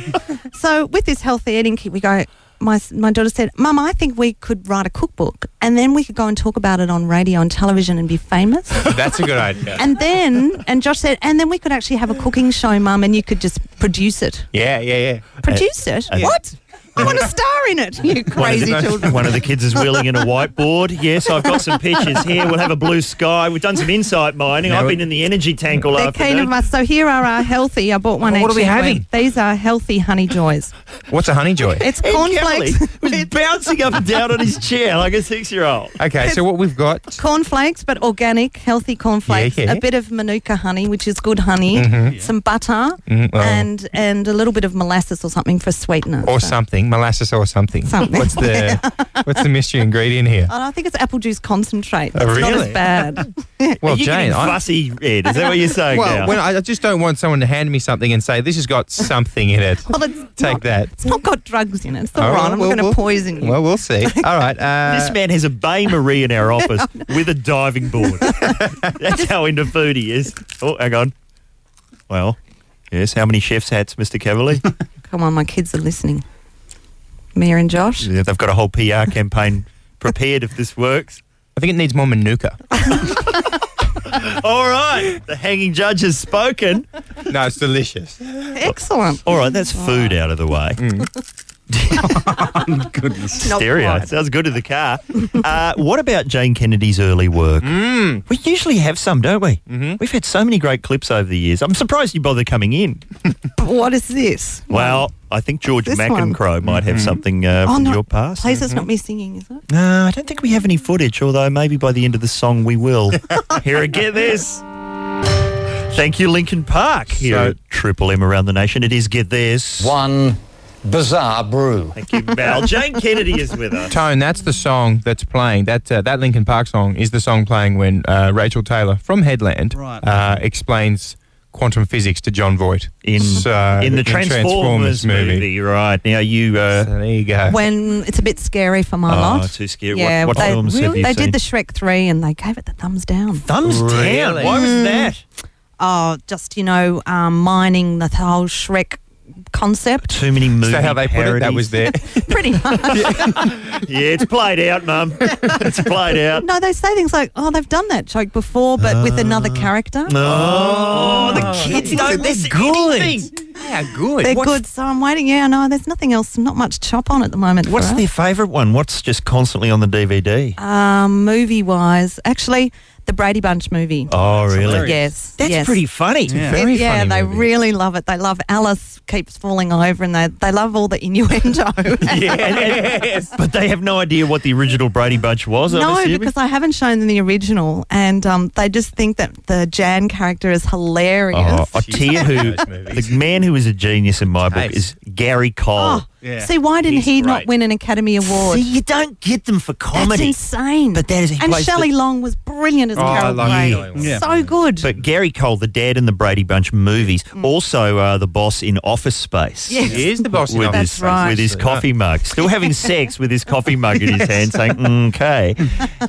Speaker 17: So with this healthy eating kit, we go. my my daughter said, "Mum, I think we could write a cookbook, and then we could go and talk about it on radio and television and be famous."
Speaker 2: [LAUGHS] That's a good idea.
Speaker 17: and then, and Josh said, "And then we could actually have a cooking show, Mum, and you could just produce it."
Speaker 2: yeah, yeah, yeah.
Speaker 17: Produce it? what? I want to star in it. You
Speaker 1: [LAUGHS]
Speaker 17: crazy
Speaker 1: one of the,
Speaker 17: children.
Speaker 1: One of the kids is wheeling in a whiteboard. Yes, I've got some pictures here. We'll have a blue sky. We've done some insight mining.
Speaker 17: No,
Speaker 1: I've
Speaker 17: we-
Speaker 1: been in the energy tank all
Speaker 17: They're keen
Speaker 1: afternoon.
Speaker 17: of us. So here are our healthy. I bought one.
Speaker 1: What are we
Speaker 17: each anyway.
Speaker 1: having?
Speaker 17: These are healthy honey joys.
Speaker 2: What's a
Speaker 1: [LAUGHS]
Speaker 2: honey joy?
Speaker 17: It's
Speaker 1: Ed
Speaker 17: cornflakes.
Speaker 1: Kelly was bouncing up and down on his chair like a six-year-old.
Speaker 2: Okay, so what we've got
Speaker 17: cornflakes, but organic, healthy cornflakes.
Speaker 2: Yeah, yeah.
Speaker 17: A bit of manuka honey, which is good honey.
Speaker 2: Mhm. Yeah.
Speaker 17: Some butter
Speaker 2: Mm, well.
Speaker 17: and and a little bit of molasses or something for sweetener.
Speaker 2: or something molasses or something.
Speaker 17: Something. [LAUGHS]
Speaker 2: What's the what's the mystery ingredient here?
Speaker 17: And I think it's apple juice concentrate.
Speaker 2: Oh,
Speaker 17: It's not
Speaker 2: really?
Speaker 17: as bad.
Speaker 2: [LAUGHS] Well,
Speaker 1: Are you
Speaker 2: Jane,
Speaker 1: getting
Speaker 2: I-
Speaker 1: fussy, Ed? Is that what you're saying
Speaker 2: well,
Speaker 1: now?
Speaker 2: when I, I just don't want someone to hand me something and say this has got something in
Speaker 5: [LAUGHS]
Speaker 2: it.
Speaker 17: Well, it's
Speaker 2: Take
Speaker 17: not,
Speaker 2: that.
Speaker 17: It's not got drugs in it. It's all,
Speaker 2: All
Speaker 17: all
Speaker 2: right,
Speaker 17: right. I'm
Speaker 2: Oh, well,
Speaker 17: going to
Speaker 2: well-
Speaker 17: poison you.
Speaker 2: Well,
Speaker 5: [LAUGHS]
Speaker 2: we'll see. All right. Uh,
Speaker 1: this man has a Bay Marie in our office
Speaker 2: [LAUGHS]
Speaker 1: with a diving board. That's how into food he is. Oh, hang on. Well, yes. How many chef's hats, Mr. Cavalier?
Speaker 17: Come on, my kids are listening. Mia and Josh. [LAUGHS]
Speaker 1: Yeah, They've got a whole PR
Speaker 2: [LAUGHS]
Speaker 1: campaign prepared if this works.
Speaker 2: I think it needs more manuka.
Speaker 1: [LAUGHS] All right. The hanging judge has spoken.
Speaker 2: No, it's delicious.
Speaker 17: Excellent.
Speaker 1: All right, that's food out of the way.
Speaker 2: Mm.
Speaker 1: [LAUGHS]
Speaker 5: Goodness.
Speaker 1: Stereo. Sounds good in the car. Uh, what about Jane Kennedy's early work?
Speaker 2: Mm.
Speaker 1: We usually have some, don't we? Mm-hmm. We've had so many great clips over the years. I'm surprised you bother coming in.
Speaker 17: But what is this?
Speaker 1: Well, I think George
Speaker 17: This one.
Speaker 1: McEncroe might
Speaker 2: Mm-hmm.
Speaker 1: have something uh,
Speaker 17: Oh,
Speaker 1: from
Speaker 17: no.
Speaker 1: your past.
Speaker 17: Please, it's not me singing, is it?
Speaker 1: No, I don't think we have any footage, although maybe by the end of the song we will.
Speaker 2: [LAUGHS]
Speaker 1: here, get this. Thank you, Lincoln Park. Here
Speaker 18: So-
Speaker 1: at Triple M around the nation. It is Get This.
Speaker 18: One bizarre brew.
Speaker 1: Thank you,
Speaker 18: [LAUGHS]
Speaker 1: Mal. Jane Kennedy is with us.
Speaker 2: Tone, that's the song that's playing. That uh, that Lincoln Park song is the song playing when uh, Rachel Taylor from Headland
Speaker 5: Right.
Speaker 2: uh, explains quantum physics to John Voight in uh,
Speaker 1: in the Transformers movie, right? Now you. Uh,
Speaker 2: there you go.
Speaker 17: When it's a bit scary for my
Speaker 1: Oh,
Speaker 17: lot.
Speaker 1: too scary. What-
Speaker 17: Yeah,
Speaker 1: what
Speaker 17: they,
Speaker 1: films have you
Speaker 17: They
Speaker 1: seen?
Speaker 17: did the Shrek 3 and they gave it the thumbs down.
Speaker 1: Thumbs down. Why was
Speaker 17: Mm.
Speaker 1: that?
Speaker 17: Oh, just, you know, um, mining the whole Shrek concept.
Speaker 1: Too many movies.
Speaker 2: Is that how they put it? That was there.
Speaker 17: [LAUGHS] Pretty much.
Speaker 1: [LAUGHS] yeah, it's played out, Mum. It's played out.
Speaker 17: no, they say things like, oh, they've done that joke before, but with another character.
Speaker 1: Ah. Oh, the kids don't listen good.
Speaker 2: yeah, good.
Speaker 17: They're
Speaker 1: What's-
Speaker 17: good, so I'm waiting. Yeah, no, there's nothing else, not much chop on at the moment. for
Speaker 1: What's
Speaker 17: us.
Speaker 1: their favourite one? What's just constantly on the DVD?
Speaker 17: Um, movie wise, actually, the Brady Bunch movie.
Speaker 1: Oh, really?
Speaker 17: hilarious. Yes,
Speaker 1: That's
Speaker 17: yes.
Speaker 1: pretty funny.
Speaker 2: It's a very
Speaker 17: It- yeah,
Speaker 2: funny
Speaker 17: they
Speaker 2: movie.
Speaker 17: really love it. They love Alice keeps falling over, and they they love all
Speaker 1: [LAUGHS]
Speaker 17: the innuendo.
Speaker 2: yes.
Speaker 1: But they have no idea what the original Brady Bunch was. I'm
Speaker 17: [LAUGHS] no,
Speaker 1: assuming.
Speaker 17: because I haven't shown them the original, and um, they just think that the Jan character is hilarious.
Speaker 1: Oh, I
Speaker 2: She's
Speaker 1: tell you who,
Speaker 2: in those movies.
Speaker 1: the man who is a genius in my book
Speaker 2: Taste.
Speaker 1: is Gary Cole.
Speaker 17: Oh, see, why didn't
Speaker 1: He's
Speaker 17: he not
Speaker 1: great.
Speaker 17: win an Academy Award?
Speaker 1: See, you don't get them for
Speaker 17: That's
Speaker 1: comedy.
Speaker 17: insane.
Speaker 1: But that is he
Speaker 17: and
Speaker 1: plays the-
Speaker 17: Shelley Long was brilliant as
Speaker 2: Oh, I
Speaker 17: Carol
Speaker 2: love
Speaker 17: Gray.
Speaker 2: Shelley Long. Yeah.
Speaker 17: So good. Mm.
Speaker 1: But Gary Cole, the dad in the Brady Bunch movies, also uh, the boss in Office Space.
Speaker 17: Yes.
Speaker 2: He is the boss.
Speaker 1: With
Speaker 2: of
Speaker 17: That's
Speaker 1: his,
Speaker 17: right.
Speaker 1: with his
Speaker 2: Yeah.
Speaker 1: coffee mug,
Speaker 5: [LAUGHS]
Speaker 1: still having sex with his coffee mug in his hand, saying "Mm." "okay,"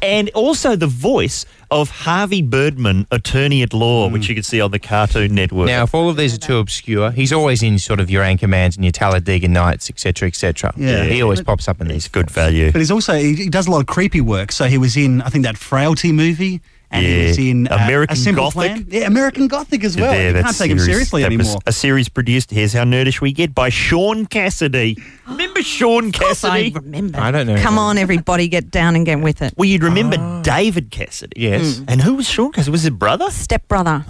Speaker 1: and also the voice of Harvey Birdman, attorney at
Speaker 5: Mm.
Speaker 1: law, which you can see on the Cartoon Network.
Speaker 2: Now, if all of these are too obscure, he's always in sort of your Anchormans and your Talladega Nights, etc., etc.
Speaker 5: Yeah.
Speaker 2: he always pops up in these.
Speaker 1: good value.
Speaker 5: But he's also he, he does a lot of creepy work. So he was in I think that Frailty movie, and he
Speaker 1: Yeah.
Speaker 5: was in uh,
Speaker 1: American
Speaker 5: a Simple
Speaker 1: Gothic?
Speaker 5: Plan. Yeah, American Gothic as well.
Speaker 1: There,
Speaker 5: you
Speaker 1: that's
Speaker 5: can't take him
Speaker 1: series.
Speaker 5: seriously
Speaker 1: That was
Speaker 5: anymore.
Speaker 1: A series produced, Here's How Nerdish We Get, by Sean Cassidy. Remember Sean
Speaker 17: course I
Speaker 1: Cassidy?
Speaker 17: remember.
Speaker 2: I don't know.
Speaker 17: Come on, everybody, get down and get with it.
Speaker 1: Well, you'd remember David Cassidy.
Speaker 2: Yes.
Speaker 17: Hmm.
Speaker 1: And who was Sean Cassidy? Was his brother?
Speaker 17: Stepbrother,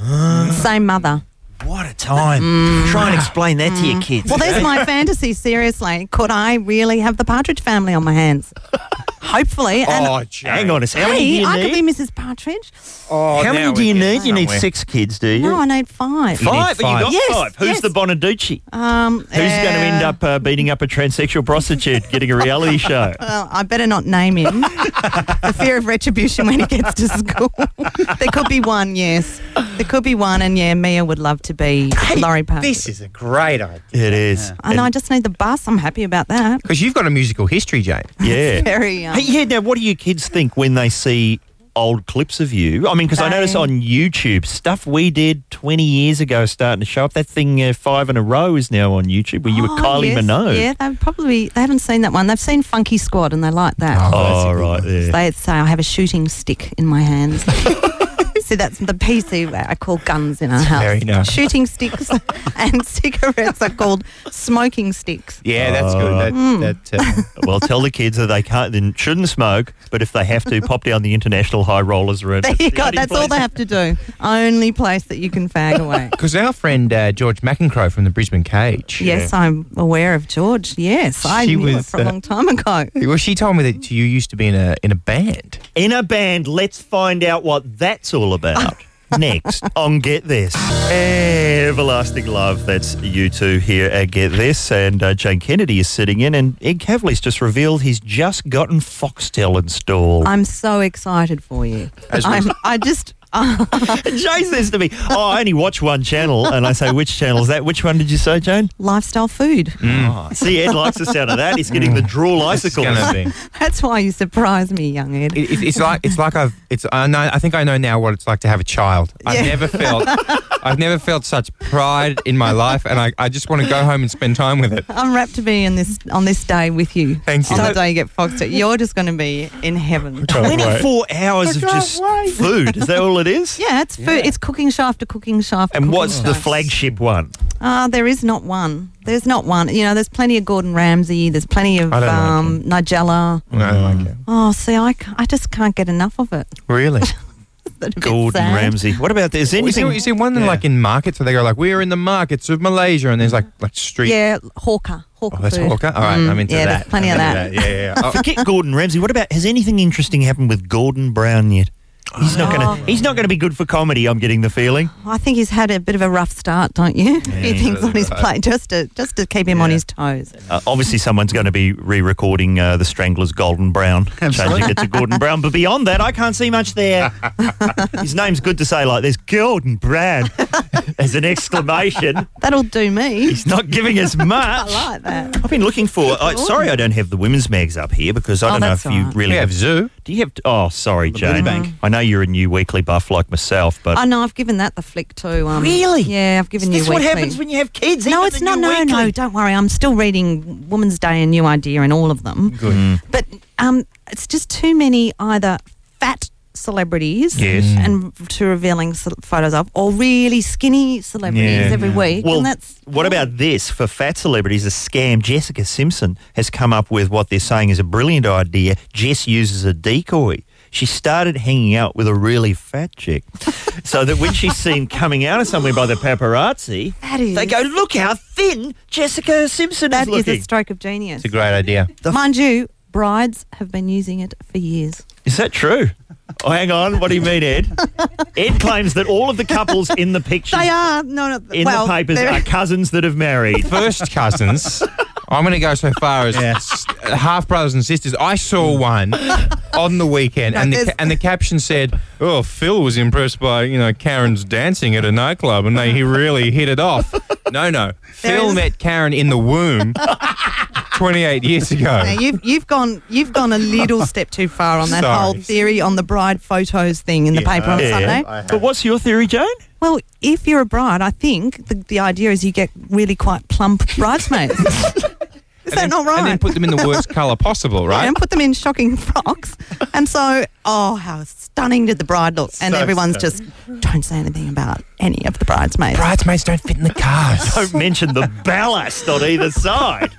Speaker 17: same mother. Mm.
Speaker 1: What a time. Try and explain that to your kids.
Speaker 17: Hmm. Well, there's
Speaker 2: [LAUGHS]
Speaker 17: my fantasy. Seriously, could I really have the Partridge family on my
Speaker 1: [LAUGHS]
Speaker 17: hands? Hopefully. And
Speaker 2: Oh, Jane.
Speaker 1: Hang on a second. How many do
Speaker 17: hey,
Speaker 1: you
Speaker 17: I could
Speaker 1: need?
Speaker 17: be Mrs. Partridge.
Speaker 2: Oh,
Speaker 1: How
Speaker 2: now
Speaker 1: many
Speaker 2: we're
Speaker 1: do you
Speaker 2: getting
Speaker 1: need? You need
Speaker 2: somewhere.
Speaker 1: six kids, do you?
Speaker 17: No, I need five.
Speaker 2: need
Speaker 1: Five? But You
Speaker 2: five.
Speaker 1: got
Speaker 17: Yes,
Speaker 1: five. Who's
Speaker 17: yes.
Speaker 1: the Bonaducci?
Speaker 17: Um,
Speaker 1: Who's going to end up uh, beating up a transsexual prostitute, getting a
Speaker 17: [LAUGHS]
Speaker 1: reality show?
Speaker 17: Well, I better not name
Speaker 1: [LAUGHS]
Speaker 17: him. the fear of retribution when he gets to school. there could be one, yes. There could be one, and yeah, Mia would love to be Laurie Partridge.
Speaker 2: This is a great idea
Speaker 1: It is.
Speaker 17: and I just need the bus. I'm happy about that. [LAUGHS]
Speaker 2: because you've got a musical history, Jane.
Speaker 1: Yeah.
Speaker 17: Very. Um,
Speaker 1: Hey, yeah, now what do you kids think when they see old clips of you. I mean, because I notice on YouTube stuff we did 20 years ago is starting to show up. That thing, uh, Five in a Row, is now on YouTube where you were
Speaker 17: Oh,
Speaker 1: Kylie
Speaker 17: yes.
Speaker 1: Minogue.
Speaker 17: Yeah, they probably they haven't seen that one. They've seen Funky Squad and they like that.
Speaker 1: Oh, right there.
Speaker 17: They say I have a shooting stick in my hands. See, that's the PC where I call guns in our
Speaker 2: It's
Speaker 17: house.
Speaker 2: very nice.
Speaker 17: Shooting sticks [LAUGHS] and cigarettes are called smoking sticks.
Speaker 2: Yeah, that's
Speaker 1: All
Speaker 2: good.
Speaker 1: right.
Speaker 2: That, that,
Speaker 17: Hmm.
Speaker 2: uh,
Speaker 1: Oh. [LAUGHS] well, tell the kids that they can't, they shouldn't smoke, but if they have to, pop down the international high rollers room.
Speaker 17: [LAUGHS] There you go. That's all they have to do. Only place that you can
Speaker 2: [LAUGHS]
Speaker 17: fag away.
Speaker 2: Because our friend uh, George McEncrow from the Brisbane Cage.
Speaker 17: Yes, I'm aware of George. Yes, I
Speaker 2: She
Speaker 17: knew it
Speaker 2: was,
Speaker 17: for a
Speaker 2: uh,
Speaker 17: long time ago.
Speaker 2: Well, she told me that you used to be in a in a band.
Speaker 1: In a band, let's find out what that's all
Speaker 2: [LAUGHS]
Speaker 1: about. Next on Get This. Everlasting Love. That's you two here at Get This. And uh, Jane Kennedy is sitting in. And Ed Cavali's just revealed he's just gotten Foxtel
Speaker 2: [LAUGHS]
Speaker 1: installed.
Speaker 17: I'm so excited for you.
Speaker 1: As we-
Speaker 17: I'm, I just.
Speaker 1: Jay says to me, Oh, I only watch one channel. And I say, Which channel is that? Which one did you say, Jane?
Speaker 17: Lifestyle food.
Speaker 2: Mm.
Speaker 1: Oh, see, Ed likes the sound of that. He's getting the drool icicles.
Speaker 17: [LAUGHS] That's why you surprise me, young Ed.
Speaker 2: It, it,
Speaker 17: [LAUGHS]
Speaker 2: it's like it's like I've it's I know I think I know now what it's like to have a child. I've never felt I've never felt such pride in my life, and I, I just want to go home and spend time with it.
Speaker 17: [LAUGHS] I'm rapt to be in this on this day with you.
Speaker 2: Thank you.
Speaker 17: On the day you get Foxtel, you're just going to be in heaven.
Speaker 1: 24 hours of just food. Is that all it
Speaker 2: [LAUGHS]
Speaker 1: is?
Speaker 17: Yeah, it's food. It's cooking show after cooking show after.
Speaker 1: And
Speaker 17: cooking
Speaker 1: what's
Speaker 17: show.
Speaker 1: the flagship one?
Speaker 17: Ah, there is not one. There's not one. You know, there's plenty of Gordon Ramsay. There's plenty of
Speaker 2: I don't like
Speaker 17: um, Nigella.
Speaker 2: No, I like it.
Speaker 17: Oh, see, I, c- I just can't get enough of it. [LAUGHS]
Speaker 2: Really?
Speaker 1: Gordon
Speaker 17: sad.
Speaker 1: Ramsay. What about this?
Speaker 2: You see,
Speaker 1: Anything?
Speaker 2: you see one
Speaker 1: Yeah.
Speaker 2: like in markets where they go like we're in the markets of Malaysia, and there's like like street.
Speaker 17: Yeah, hawker, hawker
Speaker 2: Oh, that's
Speaker 17: food.
Speaker 2: hawker. All right, I'm
Speaker 17: Mm,
Speaker 2: into
Speaker 17: yeah,
Speaker 2: that.
Speaker 17: there's plenty of
Speaker 2: I'm
Speaker 17: that.
Speaker 2: into Yeah, yeah. yeah.
Speaker 1: [LAUGHS]
Speaker 2: Oh,
Speaker 1: Forget Gordon Ramsay. What about has anything interesting happened with Gordon Brown yet? He's not
Speaker 2: Oh.
Speaker 1: gonna. He's not gonna be good for comedy. I'm getting the feeling.
Speaker 17: I think he's had a bit of a rough start, don't you? a few things on his plate just to just to keep him on his toes.
Speaker 1: Uh, obviously, someone's going to be re-recording uh, the Stranglers' Golden Brown, changing it to Gordon Brown.
Speaker 2: [LAUGHS]
Speaker 1: But beyond that, I can't see much there.
Speaker 17: [LAUGHS]
Speaker 1: His name's good to say like this, Gordon Brown, as an exclamation.
Speaker 17: That'll do me.
Speaker 1: He's not giving
Speaker 17: [LAUGHS]
Speaker 1: us much.
Speaker 17: I like that.
Speaker 1: I've been looking for. I, sorry, I don't have the women's mags up here because I
Speaker 17: Oh,
Speaker 1: don't know
Speaker 17: that's
Speaker 1: if you
Speaker 17: all right.
Speaker 1: really
Speaker 2: We have Zoo.
Speaker 1: Do you have? Oh, sorry, Jane.
Speaker 17: Citibank.
Speaker 1: I know you're a new weekly buff like myself, but
Speaker 17: I know I've given that the flick too. Um,
Speaker 1: Really?
Speaker 17: Yeah, I've given
Speaker 1: Is
Speaker 17: you.
Speaker 1: this what
Speaker 17: weekly.
Speaker 1: happens when you have kids?
Speaker 17: No,
Speaker 1: Even
Speaker 17: it's
Speaker 1: the
Speaker 17: not.
Speaker 1: new
Speaker 17: No, no,
Speaker 1: weekly?
Speaker 17: don't worry. I'm still reading Woman's Day and New Idea and all of them.
Speaker 2: Good.
Speaker 17: But um, it's just too many either fat celebrities
Speaker 1: Yes.
Speaker 17: and to revealing ce- photos of, or really skinny celebrities every week.
Speaker 1: Well,
Speaker 17: and that's
Speaker 1: what about this for fat celebrities? A scam. Jessica Simpson has come up with what they're saying is a brilliant idea. Jess uses a decoy. She started hanging out with a really fat chick, so that
Speaker 2: [LAUGHS]
Speaker 1: when she's seen coming out of somewhere by the paparazzi,
Speaker 17: that is.
Speaker 1: they go, "Look how thin Jessica Simpson
Speaker 17: That
Speaker 1: is
Speaker 17: is
Speaker 1: looking."
Speaker 17: a stroke of genius.
Speaker 2: it's a great idea.
Speaker 17: Mind you, brides have been using it for years.
Speaker 1: Is that true? Oh, hang on. What do you mean, Ed? Ed claims that all of the couples in the pictures
Speaker 17: They are no, no.
Speaker 1: in
Speaker 17: well,
Speaker 1: the papers
Speaker 17: they're-
Speaker 1: are cousins that have married.
Speaker 2: [LAUGHS] First cousins. I'm going to go so far as s- half brothers and sisters. I saw one on the weekend, and the,
Speaker 17: there's-
Speaker 2: ca- and the caption said, "Oh, Phil was impressed by you know Karen's dancing at a nightclub, and they, he really hit it off." No, no, Phil
Speaker 17: is-
Speaker 2: met Karen in the womb 28 years ago.
Speaker 17: Now, you've you've gone you've gone a little step too far on that
Speaker 2: Sorry.
Speaker 17: whole theory on the bride photos thing in the paper on Sunday.
Speaker 1: But what's your theory, Jane?
Speaker 17: Well, if you're a bride, I think the, the idea is you get really quite
Speaker 2: [LAUGHS]
Speaker 17: plump bridesmaids. Is that
Speaker 2: And then-
Speaker 17: not right?
Speaker 2: And then put them in the worst colour possible,
Speaker 17: Yeah,
Speaker 2: right?
Speaker 17: and put them in shocking [LAUGHS] frocks. And so, oh, how stunning did the bride look? And
Speaker 2: So
Speaker 17: everyone's just, don't say anything about any of the bridesmaids.
Speaker 2: Bridesmaids don't fit in the cars.
Speaker 17: [LAUGHS]
Speaker 1: Don't mention the ballast on either side.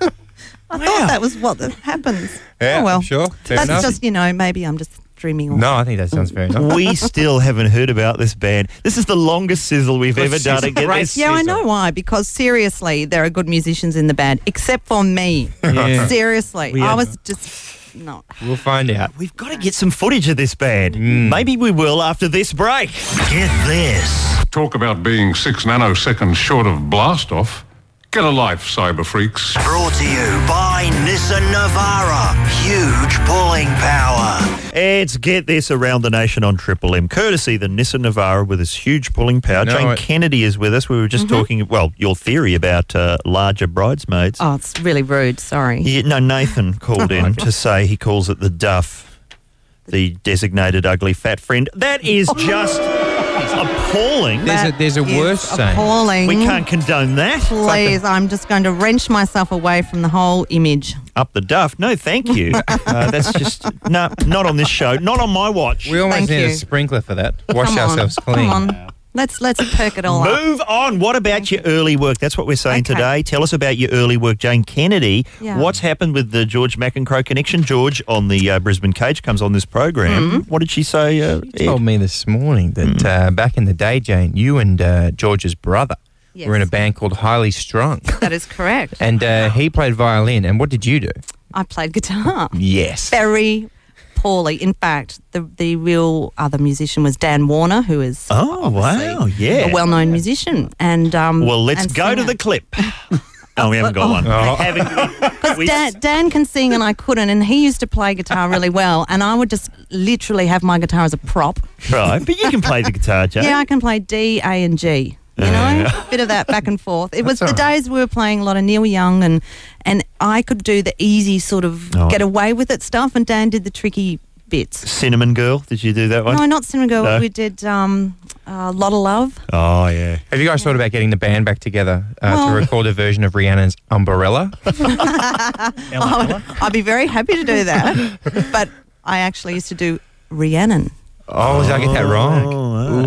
Speaker 17: I thought that was what that happens.
Speaker 2: Yeah,
Speaker 17: oh, well.
Speaker 2: I'm sure. Fair
Speaker 17: That's
Speaker 2: enough.
Speaker 17: just, you know, maybe I'm just dreaming. all-
Speaker 2: no, I think that sounds fair enough.
Speaker 1: We still haven't heard about this band. This is the longest sizzle we've
Speaker 2: Good
Speaker 1: ever done.
Speaker 2: sizzle.
Speaker 1: at Get
Speaker 2: Great
Speaker 1: This.
Speaker 17: Yeah, I know why. Because seriously, there are good musicians in the band, except for me.
Speaker 2: Yeah.
Speaker 17: Seriously,
Speaker 1: We
Speaker 17: I
Speaker 1: had-
Speaker 17: was just not.
Speaker 2: We'll find out. Mm.
Speaker 1: We've got to get some footage of this band. Maybe we will after this break.
Speaker 8: Get this.
Speaker 19: Talk about being six nanoseconds short of blast off. Get a life, cyber
Speaker 8: [LAUGHS]
Speaker 19: freaks.
Speaker 8: Brought to you by Nissan Navara. Huge pulling power.
Speaker 1: It's Get This Around the Nation on Triple M, courtesy the Nissan Navara with its huge pulling power.
Speaker 2: No, Mm-hmm.
Speaker 1: Jane
Speaker 2: it-
Speaker 1: Kennedy is with us. We were just talking, well, your theory about uh, larger bridesmaids.
Speaker 17: Oh, it's really rude. Sorry.
Speaker 2: [LAUGHS]
Speaker 1: Yeah, no, Nathan called in to say he calls it the duff. the designated ugly fat friend. That
Speaker 2: [LAUGHS]
Speaker 1: is just appalling.
Speaker 2: There's a- there's a
Speaker 17: That worse is saying. appalling.
Speaker 1: We can't condone that. It's like
Speaker 17: Please, I'm just going to wrench myself away from the whole image.
Speaker 1: the- up the duff. No, thank
Speaker 17: [LAUGHS]
Speaker 1: you. uh, that's just no, not on this show. Not on my watch.
Speaker 2: We almost
Speaker 17: Thank
Speaker 2: need a
Speaker 17: you.
Speaker 2: sprinkler for that. Wash
Speaker 17: Come on,
Speaker 2: ourselves clean.
Speaker 17: Come on, let's let's perk it
Speaker 1: [LAUGHS]
Speaker 17: all up.
Speaker 1: Move on. What about your early work? That's what we're saying today. Tell us about your early work, Jane Kennedy.
Speaker 17: Yeah.
Speaker 1: What's happened with the George McEncrow connection? George on the uh, Brisbane Cage comes on this
Speaker 17: Hmm.
Speaker 1: program. What did she say? Uh, Ed?
Speaker 2: told me this morning that uh, back in the day, Jane, you and uh, George's brother were in a band called Highly Strung,
Speaker 17: That is correct.
Speaker 2: and uh, he played violin. And what did you do?
Speaker 17: I played guitar.
Speaker 2: Yes.
Speaker 17: Very poorly. In fact, the the real other musician was Dan Warner, who is
Speaker 1: Oh wow! Yeah.
Speaker 17: a well known musician. And um,
Speaker 1: Well, let's
Speaker 17: and
Speaker 1: go to
Speaker 17: singer.
Speaker 1: the
Speaker 17: [LAUGHS]
Speaker 1: clip. oh, we haven't got one.
Speaker 2: Oh.
Speaker 1: Haven't we-
Speaker 17: Dan, Dan can sing and I couldn't, and he used to play guitar really well, and I would just literally have my guitar as a prop.
Speaker 1: right, but you can play the
Speaker 17: [LAUGHS]
Speaker 1: guitar, Jane.
Speaker 17: Yeah, I can play D, A, and G. You know, bit of that back and forth. It was the days we were playing a lot of Neil Young, and and I could do the easy sort of
Speaker 1: Oh.
Speaker 17: get away with it stuff, and Dan did the tricky bits.
Speaker 1: Cinnamon Girl. Did you do that one?
Speaker 17: No, not Cinema Girl.
Speaker 1: No.
Speaker 17: We did um, uh, Lot of
Speaker 1: [LAUGHS]
Speaker 17: Love.
Speaker 1: Oh yeah.
Speaker 2: Have you guys thought about getting the band back together uh,
Speaker 17: Well-
Speaker 2: to record a version of Rihanna's Umbrella?
Speaker 17: I [LAUGHS] would- Oh, I'd be very happy to do that, but I actually used to do Rhiannon.
Speaker 2: Oh, did I get that wrong?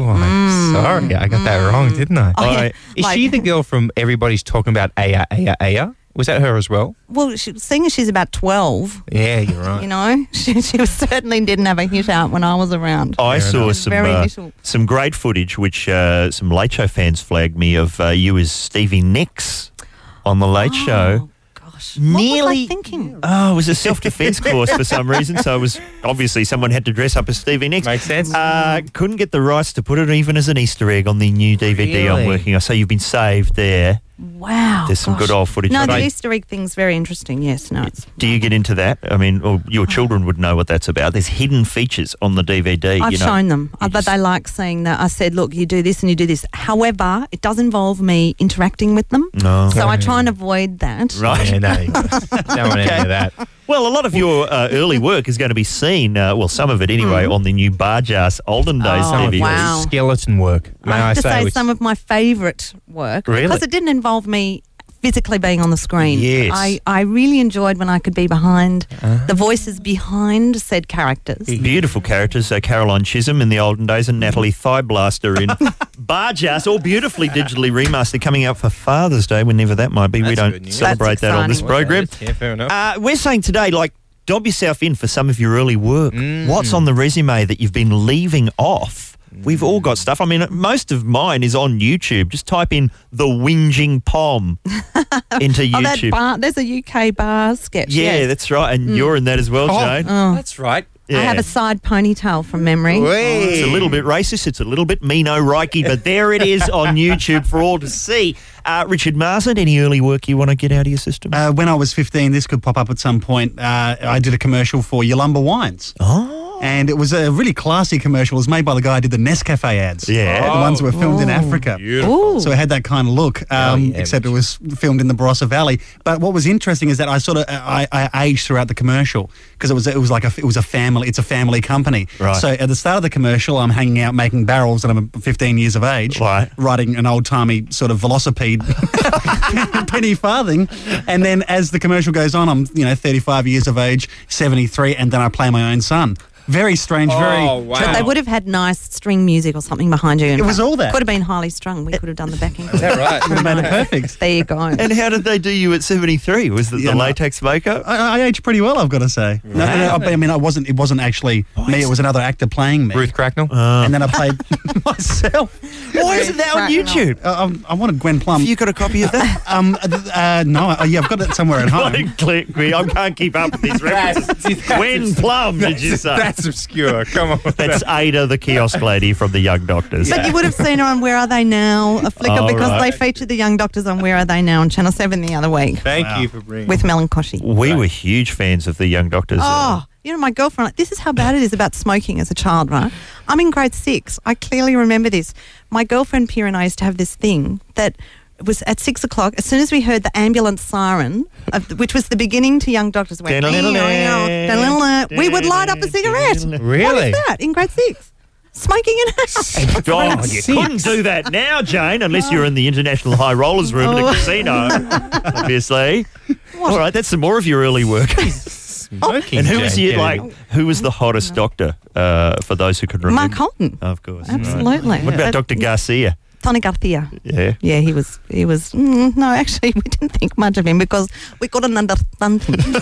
Speaker 2: Ooh, I'm sorry. I got that wrong, didn't I?
Speaker 17: Hmm. Oh, yeah.
Speaker 2: Is
Speaker 17: Like-
Speaker 2: she the girl from Everybody's Talking About Aya Aya Aya? Was that her as well?
Speaker 17: Well, she, seeing as she's about twelve,
Speaker 2: Yeah, you're right.
Speaker 17: you know, [LAUGHS] she, she was, certainly didn't have a hit out when I was around.
Speaker 1: I saw
Speaker 17: There's
Speaker 1: some
Speaker 17: very
Speaker 1: uh,
Speaker 17: little.
Speaker 1: some great footage, which uh, some Late Show fans flagged me of uh, you as Stevie Nicks on the
Speaker 17: Oh.
Speaker 1: Late Show.
Speaker 17: Gosh, what was I
Speaker 1: Nearly.
Speaker 17: thinking?
Speaker 1: Oh, it was a self [LAUGHS] defense course for some reason. So it was obviously someone had to dress up as Stevie Nicks.
Speaker 2: Makes sense.
Speaker 1: Uh, couldn't get the rights to put it even as an Easter egg on the new DVD I'm
Speaker 2: Really?
Speaker 1: working on. So you've been saved there.
Speaker 17: Wow,
Speaker 1: There's some good
Speaker 17: Oh, gosh.
Speaker 1: old footage.
Speaker 17: No,
Speaker 1: But
Speaker 17: the
Speaker 1: I-
Speaker 17: Easter egg thing's very interesting. Yes, no, it's,
Speaker 1: Do you get into that? I mean, or your children would know what that's about. There's hidden features on the DVD.
Speaker 17: I've
Speaker 1: you know.
Speaker 17: shown them, uh, but they like seeing that. I said, look, you do this and you do this. However, it does involve me interacting with them,
Speaker 1: No.
Speaker 17: so I try and avoid that.
Speaker 1: [LAUGHS] Right.
Speaker 2: Yeah, no,
Speaker 1: [LAUGHS]
Speaker 2: you don't want any of that.
Speaker 1: Well, a lot of your uh, early work is going to be seen, uh, well, some of it anyway, on the new Barjas Olden Days
Speaker 17: Hmm. Oh,
Speaker 1: DVD.
Speaker 17: wow.
Speaker 2: Skeleton work. May
Speaker 17: I
Speaker 2: I,
Speaker 17: have to say,
Speaker 2: which-
Speaker 17: some of my favourite work
Speaker 2: Really?
Speaker 17: because it didn't involve me physically being on the screen.
Speaker 2: Yes.
Speaker 17: I, I really enjoyed when I could be behind the voices behind said characters. [LAUGHS]
Speaker 1: Beautiful characters, uh, Caroline Chisholm in the olden days and Natalie Thighblaster
Speaker 17: [LAUGHS]
Speaker 1: in Barjas, all beautifully digitally remastered, coming out for Father's Day, whenever that might be. we
Speaker 2: That's
Speaker 1: don't
Speaker 2: good news.
Speaker 1: celebrate
Speaker 17: That's
Speaker 1: that on this
Speaker 2: Well, that
Speaker 1: program.
Speaker 2: is- Yeah, fair enough.
Speaker 1: Uh, we're saying today, like, dob yourself in for some of your early work.
Speaker 2: Mm.
Speaker 1: What's on the resume that you've been leaving off? We've all got stuff. I mean, most of mine is on YouTube. Just type in the whinging
Speaker 17: [LAUGHS]
Speaker 1: pom into
Speaker 17: Oh, that
Speaker 1: YouTube.
Speaker 17: bar, there's a UK bar sketch.
Speaker 1: yeah,
Speaker 17: yes. Mm.
Speaker 1: that's right. And you're in that as well,
Speaker 2: Oh,
Speaker 1: Jane.
Speaker 2: That's right.
Speaker 1: yeah.
Speaker 17: I have a side ponytail from memory.
Speaker 1: Oh, It's a little bit racist. It's a little bit Mino Reiki, but there it is on YouTube for all to
Speaker 2: [LAUGHS]
Speaker 1: see. Uh, Richard Marsden, any early work you want to get out of your system?
Speaker 5: Uh, when I was 15, this could pop up at some point. Uh, I did a commercial for Yolumba Wines.
Speaker 1: oh,
Speaker 5: And it was a really classy commercial. It was made by the guy who did the Nescafe ads.
Speaker 1: Yeah.
Speaker 5: The ones that were filmed in Africa.
Speaker 17: Ooh.
Speaker 5: So it had that kind of look,
Speaker 1: Oh,
Speaker 5: um,
Speaker 2: yeah,
Speaker 5: except it was filmed in the Barossa Valley. But what was interesting is that I sort of I, I aged throughout the commercial because it was it was like a, it was a family. It's a family company.
Speaker 1: Right.
Speaker 5: So at the start of the commercial, I'm hanging out making barrels, and I'm 15 years of age,
Speaker 1: Right.
Speaker 5: riding an old timey sort of velocipede, [LAUGHS] penny farthing. And then as the commercial goes on, I'm you know 35 years of age, 73, and then I play my own son. Very strange. very.
Speaker 2: Oh, wow.
Speaker 17: But they would have had nice string music or something behind you.
Speaker 5: It was all that.
Speaker 17: Could have been highly strung. We could have done the backing.
Speaker 2: Is that right?
Speaker 5: Would have made it perfect.
Speaker 17: there you go.
Speaker 1: And how did they do you at 73? Was it
Speaker 5: Yeah,
Speaker 1: the
Speaker 5: no.
Speaker 1: latex makeup?
Speaker 5: I, I aged pretty well, I've got to say. No, no, no, I mean, I wasn't. It wasn't actually me. It was another actor playing me.
Speaker 2: Ruth Cracknell.
Speaker 5: And
Speaker 1: [LAUGHS]
Speaker 5: then I played myself.
Speaker 1: Ah. Why isn't that on
Speaker 17: Cracknell.
Speaker 1: YouTube?
Speaker 5: I, I- I wanted Gwen Plum.
Speaker 1: You got a copy of that?
Speaker 5: [LAUGHS] um, uh, th- uh, no, uh, yeah, I've got it somewhere
Speaker 1: [LAUGHS]
Speaker 5: at home.
Speaker 1: Click, we- I can't keep up
Speaker 5: [LAUGHS]
Speaker 1: with these
Speaker 2: [LAUGHS]
Speaker 1: references. Gwen Plum, did you say? That's,
Speaker 2: That's obscure. Come on.
Speaker 1: Ada, the kiosk lady from the Young Doctors.
Speaker 17: But you would have seen her on Where Are They Now, a flicker,
Speaker 1: All
Speaker 17: because
Speaker 1: right.
Speaker 17: they featured the young doctors on Where Are They Now on Channel 7 the other week
Speaker 2: Thank you for bringing.
Speaker 17: with Melancholy.
Speaker 1: we were huge fans of the Young Doctors.
Speaker 17: Oh, you know, my girlfriend, like, this is how bad it is about smoking as a child, right? I'm in grade six. I clearly remember this. My girlfriend, Pierre, and I used to have this thing that it was at six o'clock. As soon as we heard the ambulance siren, of the, which was the beginning to Young Doctors, we went, we would light up a cigarette. What
Speaker 1: Really?
Speaker 17: is that in grade six? Smoking in
Speaker 1: [LAUGHS]
Speaker 17: house.
Speaker 1: Oh, you couldn't do that now, Jane, unless you're in the International High Rollers room at a
Speaker 17: Oh. [LAUGHS]
Speaker 1: casino, obviously. All right, that's some more of your early work. Smoking, and who was
Speaker 2: Jane,
Speaker 1: you
Speaker 2: get
Speaker 1: like? Who was the hottest doctor uh, for those who could remember?
Speaker 17: Mark Holton.
Speaker 1: of course,
Speaker 17: Absolutely.
Speaker 1: Right. What
Speaker 17: Yeah.
Speaker 1: about Dr. Garcia?
Speaker 17: Tony Garcia.
Speaker 1: Yeah,
Speaker 17: Yeah, he was. He was. Mm, no, actually, [LAUGHS] we didn't think much of him because we couldn't
Speaker 2: [LAUGHS]
Speaker 17: understand him.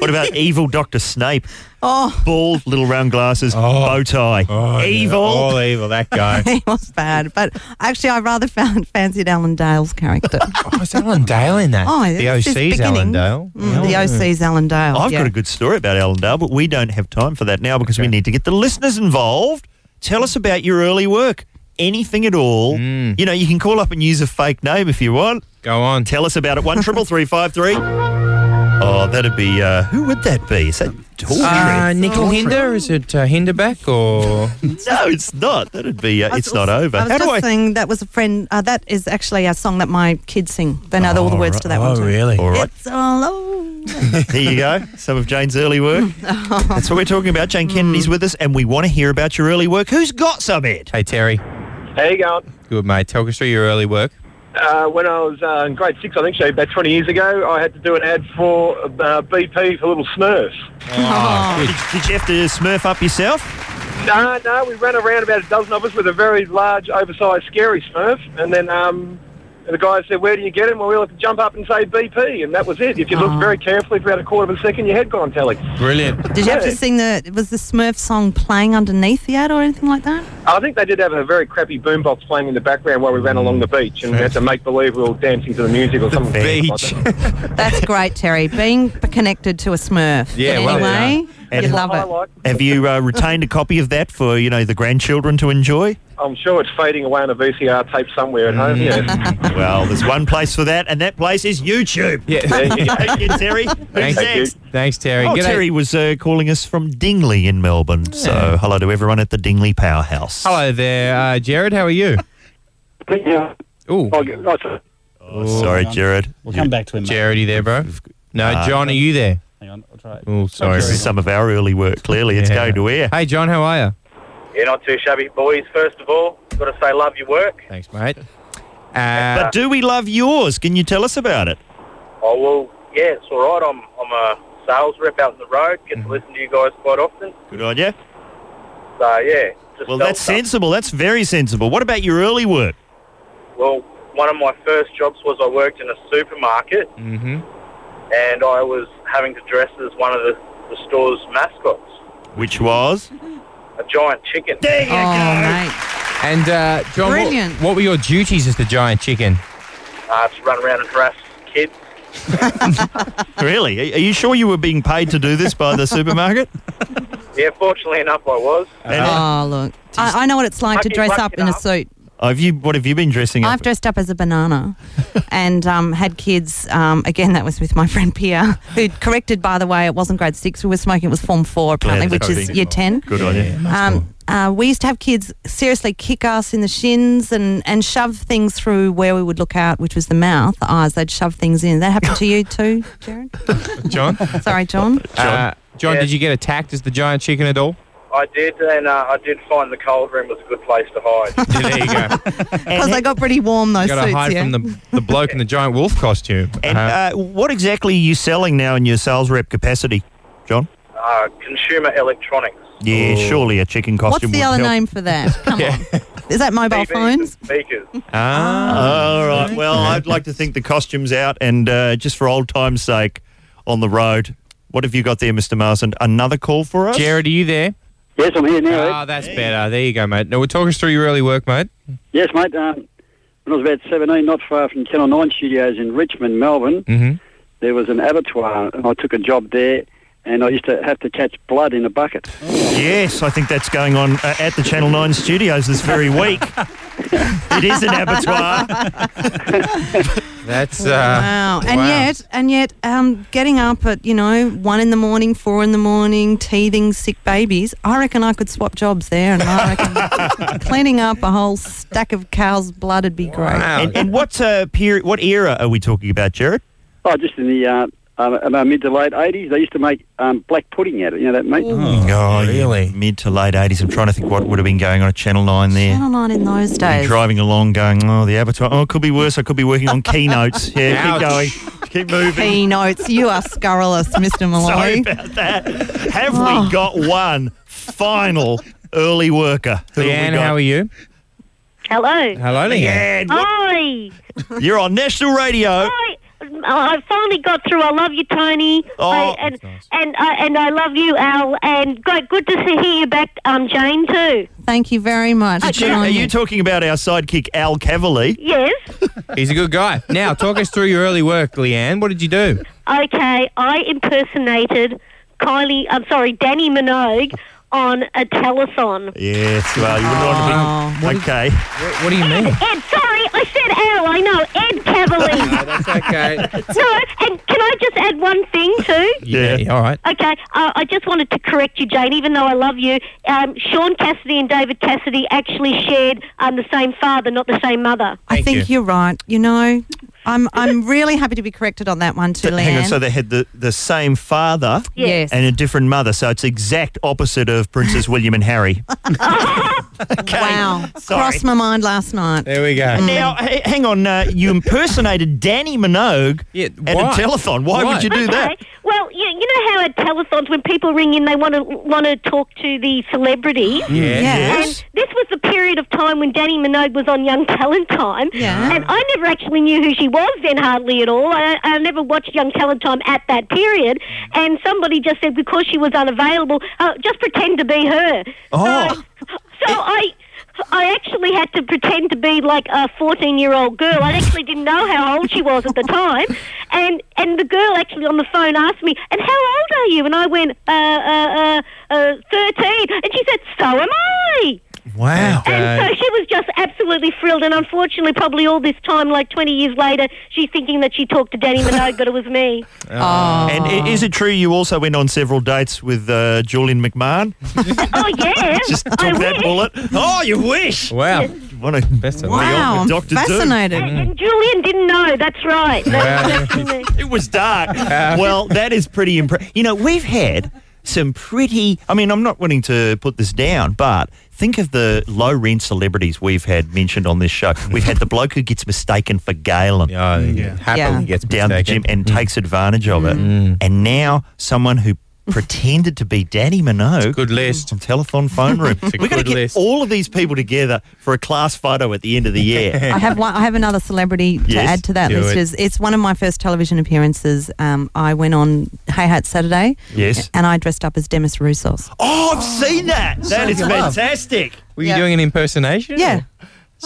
Speaker 1: What
Speaker 17: [LAUGHS]
Speaker 1: about evil Dr. Snape?
Speaker 17: Oh.
Speaker 1: Bald, little round glasses, bow tie. evil.
Speaker 2: Oh. All evil,
Speaker 17: [LAUGHS]
Speaker 2: that guy.
Speaker 17: he was bad, but actually, I rather found fancied Alan Dale's character.
Speaker 2: [LAUGHS] oh, is Alan Dale in that?
Speaker 17: Oh,
Speaker 2: the
Speaker 17: it's just
Speaker 2: OC's Alan
Speaker 17: beginning.
Speaker 2: Dale.
Speaker 17: Mm, the OC's Alan Dale.
Speaker 1: I've
Speaker 17: yeah.
Speaker 1: got a good story about Allendale, but we don't have time for that now because we need to get the listeners involved. Tell us about your early work. Anything at all. You know, you can call up and use a fake name if you want.
Speaker 2: Hmm. Go on.
Speaker 1: Tell us about it. One triple three five
Speaker 2: [LAUGHS]
Speaker 1: three. Oh, that'd be uh, who would that be? Is that Daughtry?
Speaker 2: Uh, Nickel Hinder? Is it uh, Hinderback or?
Speaker 1: No, it's not. That'd be uh,
Speaker 17: I was
Speaker 1: it's not
Speaker 17: also-
Speaker 1: over.
Speaker 17: I was
Speaker 1: How
Speaker 17: just
Speaker 1: do I?
Speaker 17: saying that was a friend. Uh, that is actually a song that my kids sing. They know all the words to that
Speaker 2: Oh,
Speaker 17: one. too.
Speaker 1: All right.
Speaker 17: It's all over.
Speaker 1: There you go. Some of Jane's early
Speaker 17: [LAUGHS]
Speaker 1: work. That's what we're talking about. Jane
Speaker 17: Hmm.
Speaker 1: Kennedy's with us, and we want to hear about your early work. Who's got some, Ed?
Speaker 2: Hey Terry,
Speaker 14: How you going?
Speaker 2: good mate. Talk us through your early work.
Speaker 14: Uh, when I was uh, in grade six, I think, so about 20 years ago, I had to do an ad for uh, BP for Little Smurfs.
Speaker 2: Oh.
Speaker 1: Did, did you have to smurf up yourself?
Speaker 14: No, no, we ran around about a dozen of us with a very large, oversized, scary Smurf, and then um, the guy said, "Where do you get him?" Well, we'll have to jump up and say BP, and that was it. If you looked very carefully for about a quarter of a second, your head gone telly.
Speaker 2: Uh-huh. Brilliant.
Speaker 17: Did you have to
Speaker 14: Yeah.
Speaker 17: sing the? Was the Smurf song playing underneath the ad or anything like that?
Speaker 14: I think they did have a very crappy boombox playing in the background while we ran along the beach, and we had to make believe we were dancing to the music or something.
Speaker 2: Beach.
Speaker 1: [LAUGHS]
Speaker 17: That's great, Terry. Being connected to a Smurf.
Speaker 1: Yeah,
Speaker 17: in
Speaker 1: well
Speaker 17: any way,
Speaker 1: And-
Speaker 17: you love it.
Speaker 1: Have you uh, retained a copy of that for you know the grandchildren to enjoy?
Speaker 14: I'm sure it's fading away on a VCR tape somewhere at home.
Speaker 2: Mm.
Speaker 14: Yeah.
Speaker 1: [LAUGHS] Well, there's one place for that, and that place is YouTube. [LAUGHS] [LAUGHS]
Speaker 2: Yeah.
Speaker 1: Thank you,
Speaker 2: [LAUGHS]
Speaker 1: Terry. Who's
Speaker 2: Thanks,
Speaker 1: next?
Speaker 2: Thanks, Terry.
Speaker 1: Oh,
Speaker 2: G'day.
Speaker 1: Terry was uh, calling us from Dingley in Melbourne. So hello to everyone at the Dingley Powerhouse.
Speaker 2: Hello there, uh, Jared. How are you?
Speaker 14: Yeah.
Speaker 2: Ooh.
Speaker 1: Oh, sorry, Jared.
Speaker 5: We'll come back to him. mate.
Speaker 2: Jared, you there, bro? No,
Speaker 1: Uh,
Speaker 2: John, are you there?
Speaker 5: Hang on, I'll try.
Speaker 2: Oh, sorry.
Speaker 1: This is some of our early work. Clearly, it's
Speaker 2: Yeah.
Speaker 1: going to air.
Speaker 2: Hey, John, how are you?
Speaker 14: Yeah, not too shabby, boys. First of all, got to say, love your work.
Speaker 2: Thanks, mate. Uh,
Speaker 1: But do we love yours? Can you tell us about it?
Speaker 14: Oh well, yeah, it's all right. I'm I'm a sales rep out on the road. Get
Speaker 1: Mm-hmm.
Speaker 14: to listen to you guys quite often.
Speaker 1: Good on you.
Speaker 14: So yeah. Just
Speaker 1: Well,
Speaker 14: felt
Speaker 1: that's
Speaker 14: stuff.
Speaker 1: sensible. That's very sensible. What about your early work?
Speaker 14: Well, one of my first jobs was I worked in a supermarket,
Speaker 2: mm-hmm.
Speaker 14: and I was having to dress as one of the, the store's mascots,
Speaker 1: Which was? [LAUGHS]
Speaker 14: a giant chicken.
Speaker 1: There you
Speaker 17: Oh, mate.
Speaker 2: And uh, John,
Speaker 17: Brilliant.
Speaker 2: what, what were your duties as the giant chicken?
Speaker 14: Uh, to run around and harass kids.
Speaker 1: Really? Are are you sure you were being paid to do this
Speaker 2: [LAUGHS]
Speaker 1: by the supermarket?
Speaker 14: Yeah, fortunately enough, I was.
Speaker 2: Uh-huh.
Speaker 1: And
Speaker 17: Oh, look. I, I know what it's like to
Speaker 14: Fucking
Speaker 17: dress
Speaker 14: whack
Speaker 17: up
Speaker 14: it
Speaker 17: in a
Speaker 14: up.
Speaker 17: suit.
Speaker 1: have you? What have you been dressing
Speaker 17: I've
Speaker 1: up?
Speaker 17: dressed up as
Speaker 1: [LAUGHS]
Speaker 17: a banana and um, had kids. Um, again, that was with my [LAUGHS] friend Pierre, who corrected, by the way, it wasn't grade six. We were smoking, it was form four, apparently,
Speaker 1: Glad
Speaker 17: which
Speaker 1: that's
Speaker 17: is
Speaker 1: been-
Speaker 17: year 10.
Speaker 1: Good on you.
Speaker 17: Um, uh, we used to have kids seriously kick us in the shins and, and shove things through where we would look out, which was the mouth, the eyes. They'd shove things in. That happened to you too,
Speaker 1: [LAUGHS]
Speaker 17: Jared?
Speaker 14: [LAUGHS]
Speaker 2: [LAUGHS] John?
Speaker 17: Sorry, John.
Speaker 2: Uh, John,
Speaker 14: Yeah.
Speaker 2: did you get attacked as the giant chicken at all?
Speaker 14: I did, and uh, I did find the cold room was a good place to
Speaker 1: [LAUGHS]
Speaker 14: hide.
Speaker 2: Yeah, there you go.
Speaker 17: Because they got pretty warm, those
Speaker 2: Got to
Speaker 17: suits,
Speaker 2: hide
Speaker 17: yeah.
Speaker 2: from the, the bloke in the giant wolf costume.
Speaker 1: And
Speaker 2: Uh,
Speaker 1: uh, what exactly are you selling now in your sales rep capacity, John?
Speaker 14: uh, consumer electronics.
Speaker 1: Yeah, surely a chicken costume.
Speaker 17: What's the
Speaker 1: would
Speaker 17: other
Speaker 1: help.
Speaker 17: name
Speaker 1: [LAUGHS]
Speaker 17: for that? Come on. Is that
Speaker 14: TVs
Speaker 17: mobile
Speaker 14: and
Speaker 17: phones?
Speaker 14: Speakers.
Speaker 2: ah,
Speaker 1: All right. Well, I'd like to think the costume's out, and uh, just for old times' sake, on the road. What have you got there, Mr. Marsden? Another call for us?
Speaker 2: Jared, are you there?
Speaker 20: Yes, I'm here now.
Speaker 2: Ah,
Speaker 14: eh?
Speaker 20: Ed.
Speaker 2: that's better. There you go, mate. No, we're talking us through your early work, mate.
Speaker 20: Yes, mate. Um, when I was about 17, not far from Channel 9 Studios in Richmond, Melbourne,
Speaker 2: Mm-hmm.
Speaker 20: there was an abattoir, and I took a job there and I used to have to catch blood in a bucket.
Speaker 1: Yes, I think that's going on uh, at the Channel 9 studios this very week. it is an abattoir.
Speaker 2: That's uh,
Speaker 17: Wow. And
Speaker 2: wow.
Speaker 17: yet, and yet, um, getting up at you know one in the morning, four in the morning, teething sick babies. I reckon I could swap jobs there, and I
Speaker 1: [LAUGHS]
Speaker 17: reckon cleaning up a whole stack of cow's blood would be great.
Speaker 1: And, and what uh, period, what era are we talking about, Jared?
Speaker 20: Oh, just in the uh, uh, about mid to late 80s, they used to make um, black pudding out of it. You know that, mate?
Speaker 1: Oh, really? Mid to late 80s. I'm trying to think what would have been going on at Channel 9 there.
Speaker 17: Channel Nine in those days.
Speaker 1: Driving along, going, oh, the abattoir. Oh, it could be worse. I could be working on
Speaker 2: [LAUGHS]
Speaker 1: keynotes. Yeah,
Speaker 17: Ouch.
Speaker 1: keep going. Keep moving.
Speaker 17: Keynotes. You are scurrilous,
Speaker 1: [LAUGHS]
Speaker 17: Mr.
Speaker 1: Sorry
Speaker 17: Malloy.
Speaker 1: about that. Have
Speaker 17: Oh.
Speaker 1: we got one final early worker? Who have we
Speaker 2: Leanne,
Speaker 1: got?
Speaker 2: how are you?
Speaker 21: Hello.
Speaker 2: Hello, Leanne.
Speaker 21: Hi.
Speaker 1: You're on national radio.
Speaker 21: Hi. I finally got through. I love you, Tony.
Speaker 1: Oh,
Speaker 21: I, and and I and I love you, Al. And good, good to see hear you back, um, Jane too.
Speaker 17: Thank you very much.
Speaker 1: Did you,
Speaker 17: Good on
Speaker 1: are you talking about our sidekick, Al Cavalier?
Speaker 21: Yes.
Speaker 2: He's a good guy. Now, talk us through your early work, Leanne. What did you do?
Speaker 21: Okay. I impersonated Kylie. I'm sorry, Danny Minogue on a telethon.
Speaker 1: Yes, well, you
Speaker 17: Oh.
Speaker 1: wouldn't want to be. Okay.
Speaker 2: What do you
Speaker 17: [LAUGHS]
Speaker 2: mean?
Speaker 21: Ed, sorry, I said Al. I know
Speaker 1: [LAUGHS]
Speaker 21: Ed Cavalier.
Speaker 2: That's okay.
Speaker 21: no, and can I just add one thing too?
Speaker 2: Yeah. all right.
Speaker 21: Okay, uh, I just wanted to correct you, Jane. Even though I love you, um, Sean Cassidy and David Cassidy actually shared um, the same father, not the same mother.
Speaker 17: I think you. are right. You know, I'm
Speaker 1: [LAUGHS]
Speaker 17: I'm really happy to be corrected on that one too, Leanne.
Speaker 1: Hang on, so they had the, the same father
Speaker 17: Yes.
Speaker 1: and a different mother, so it's exact opposite of Princess William and Harry.
Speaker 17: wow,
Speaker 1: sorry.
Speaker 17: crossed my mind last night.
Speaker 2: There we go.
Speaker 1: Now, h- hang on, uh, you impersonated Danny Minogue at
Speaker 17: why?
Speaker 1: a telethon. Why, would you do
Speaker 21: okay.
Speaker 1: that?
Speaker 21: Well, you, you know how at telethons, when people ring in, they want to want to talk to the celebrity.
Speaker 1: Yeah. Yes.
Speaker 21: And this was the period of time when Danny Minogue was on Young Talent Time.
Speaker 17: Yeah.
Speaker 21: And I never actually knew who she was then, hardly at all. I, I never watched Young Talent Time at that period. And somebody just said because she was unavailable, uh, just pretend to be her.
Speaker 1: Oh.
Speaker 21: So I. I actually had to pretend to be like a 14 year old girl. I actually didn't know how old she was at the time. And and the girl actually on the phone asked me, And how old are you? And I went, Uh, uh, uh, uh 13. And she said, So am I.
Speaker 1: Wow.
Speaker 21: And so she was just absolutely thrilled. And unfortunately, probably all this time, like 20 years later, she's thinking that she talked to Danny Minogue, but it
Speaker 1: [LAUGHS]
Speaker 21: was me.
Speaker 1: Oh. And i- is it true you also went on several dates with uh, Julian McMahon?
Speaker 21: oh, yeah. [LAUGHS]
Speaker 1: Just took that bullet. Oh, you wish.
Speaker 2: Wow.
Speaker 1: What a Best
Speaker 17: Wow, I'm fascinated.
Speaker 21: And Julian didn't know. That's right. That's
Speaker 1: Wow.
Speaker 21: exactly me.
Speaker 1: [LAUGHS] It was dark. well, that is pretty impressive. You know, we've had some pretty. I mean, I'm not wanting to put this down, but think of the low rent celebrities we've had mentioned on this show. We've had the bloke who gets mistaken for Galen.
Speaker 2: yeah. Happily gets
Speaker 1: down the
Speaker 2: mistaken. Mm.
Speaker 1: gym and takes advantage of it. And now someone who pretended to be Danny Minogue.
Speaker 2: Good list.
Speaker 1: On telethon phone room.
Speaker 2: [LAUGHS] It's a
Speaker 1: We're going
Speaker 2: good
Speaker 1: to get
Speaker 2: list.
Speaker 1: all of these people together for a class photo at the end of the
Speaker 2: [LAUGHS]
Speaker 1: year.
Speaker 17: I have one, I have another celebrity to
Speaker 1: Yes,
Speaker 17: add to that
Speaker 1: do
Speaker 17: list.
Speaker 1: it.
Speaker 17: Is it's one of my first television appearances. Um, I went on Hey Hat Saturday.
Speaker 1: Yes.
Speaker 17: and I dressed up as Demis Roussos.
Speaker 1: Oh, I've seen that. That is
Speaker 17: you have.
Speaker 1: fantastic.
Speaker 2: Were you doing an impersonation?
Speaker 17: Yeah.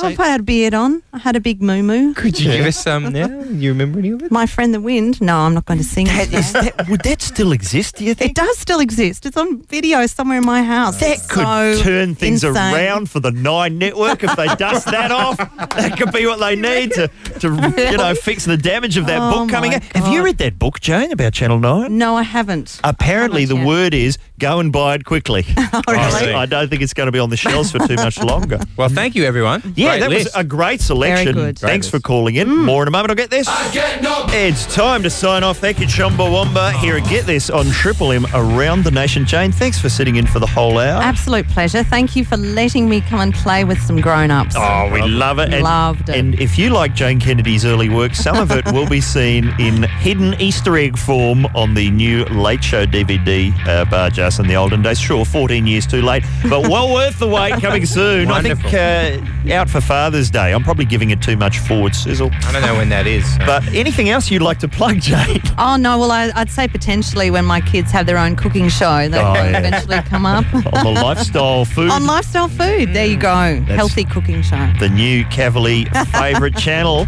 Speaker 17: I had a beard on. I had a big moo moo.
Speaker 2: Could you give us some now? You remember any of it?
Speaker 17: My friend the wind. No, I'm not going to sing. it
Speaker 1: Is
Speaker 17: today.
Speaker 1: that, would that still exist, do you think?
Speaker 17: It does still exist. It's on video somewhere in my house. That
Speaker 1: Could turn things around for the Nine Network if they dust
Speaker 17: [LAUGHS]
Speaker 1: that off. That could be what they need to, to you know, fix the damage of that
Speaker 17: Oh
Speaker 1: book coming
Speaker 17: my
Speaker 1: out. Have you
Speaker 17: God.
Speaker 1: read that book, Jane, about Channel 9?
Speaker 17: No, I haven't.
Speaker 1: Apparently, the
Speaker 17: yet.
Speaker 1: word is go and buy it
Speaker 17: [LAUGHS]
Speaker 1: quickly.
Speaker 17: Oh,
Speaker 2: really?
Speaker 1: I don't think it's going to be on the shelves for too much longer.
Speaker 2: Well, thank you, everyone.
Speaker 1: Yeah,
Speaker 2: Great
Speaker 1: that
Speaker 2: list.
Speaker 1: was a great selection.
Speaker 17: Very good. Mm.
Speaker 1: Thanks
Speaker 2: Great
Speaker 1: for calling in. More in a moment. I'll get this. It's time to sign off. Thank you, Chumba Wamba. Here at Get This on Triple M around the nation. Jane, thanks for sitting in for the whole hour.
Speaker 17: Absolute pleasure. Thank you for letting me come and play with some grown ups.
Speaker 1: Oh, we love it. And,
Speaker 17: Loved it.
Speaker 1: And if you like Jane Kennedy's early work, some of it will be seen in hidden Easter egg form on the new Late Show DVD, uh, Bar Jas and the Olden Days. Sure, 14 years too late, but well worth the wait coming soon. I think uh, out for Father's Day. I'm probably giving it too much forward sizzle.
Speaker 2: I don't know when that is.
Speaker 1: But anything else you'd like to plug, Jane?
Speaker 17: Oh no! Well, I, I'd say potentially when my kids have their own cooking show, they
Speaker 1: Oh,
Speaker 17: will
Speaker 1: yeah.
Speaker 17: eventually come up
Speaker 1: [LAUGHS] on the lifestyle food. Mm,
Speaker 17: on lifestyle food. There you go, healthy cooking show. [LAUGHS]
Speaker 1: the new Cavalier favourite channel.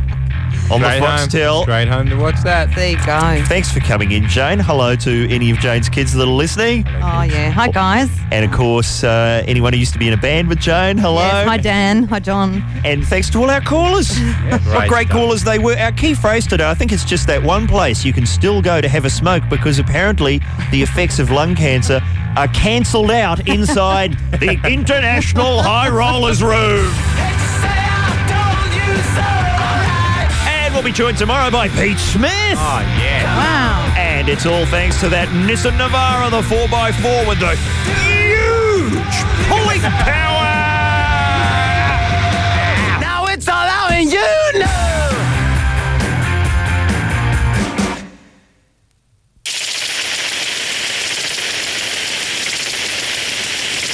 Speaker 1: on
Speaker 2: Straight
Speaker 1: the
Speaker 2: home.
Speaker 1: Foxtel.
Speaker 2: Straight home to watch that.
Speaker 17: There you go.
Speaker 1: Thanks for coming in, Jane. Hello to any of Jane's kids that are listening.
Speaker 17: Oh, yeah. Hi, guys.
Speaker 1: And of course, uh, anyone who used to be in a band with Jane, hello.
Speaker 17: Yes, hi, Dan. Hi, John.
Speaker 1: And thanks to all our callers. what
Speaker 17: great
Speaker 1: great
Speaker 17: stuff.
Speaker 1: callers they were. Our key phrase today, I think it's just that one place you can still go to have a smoke because apparently the effects of lung cancer are cancelled out inside the International High Rollers Room. And we'll be joined tomorrow by Pete Smith. Oh, yeah.
Speaker 17: Wow.
Speaker 1: And it's all thanks to that Nissan Navara, the 4x4 with the huge pulling power.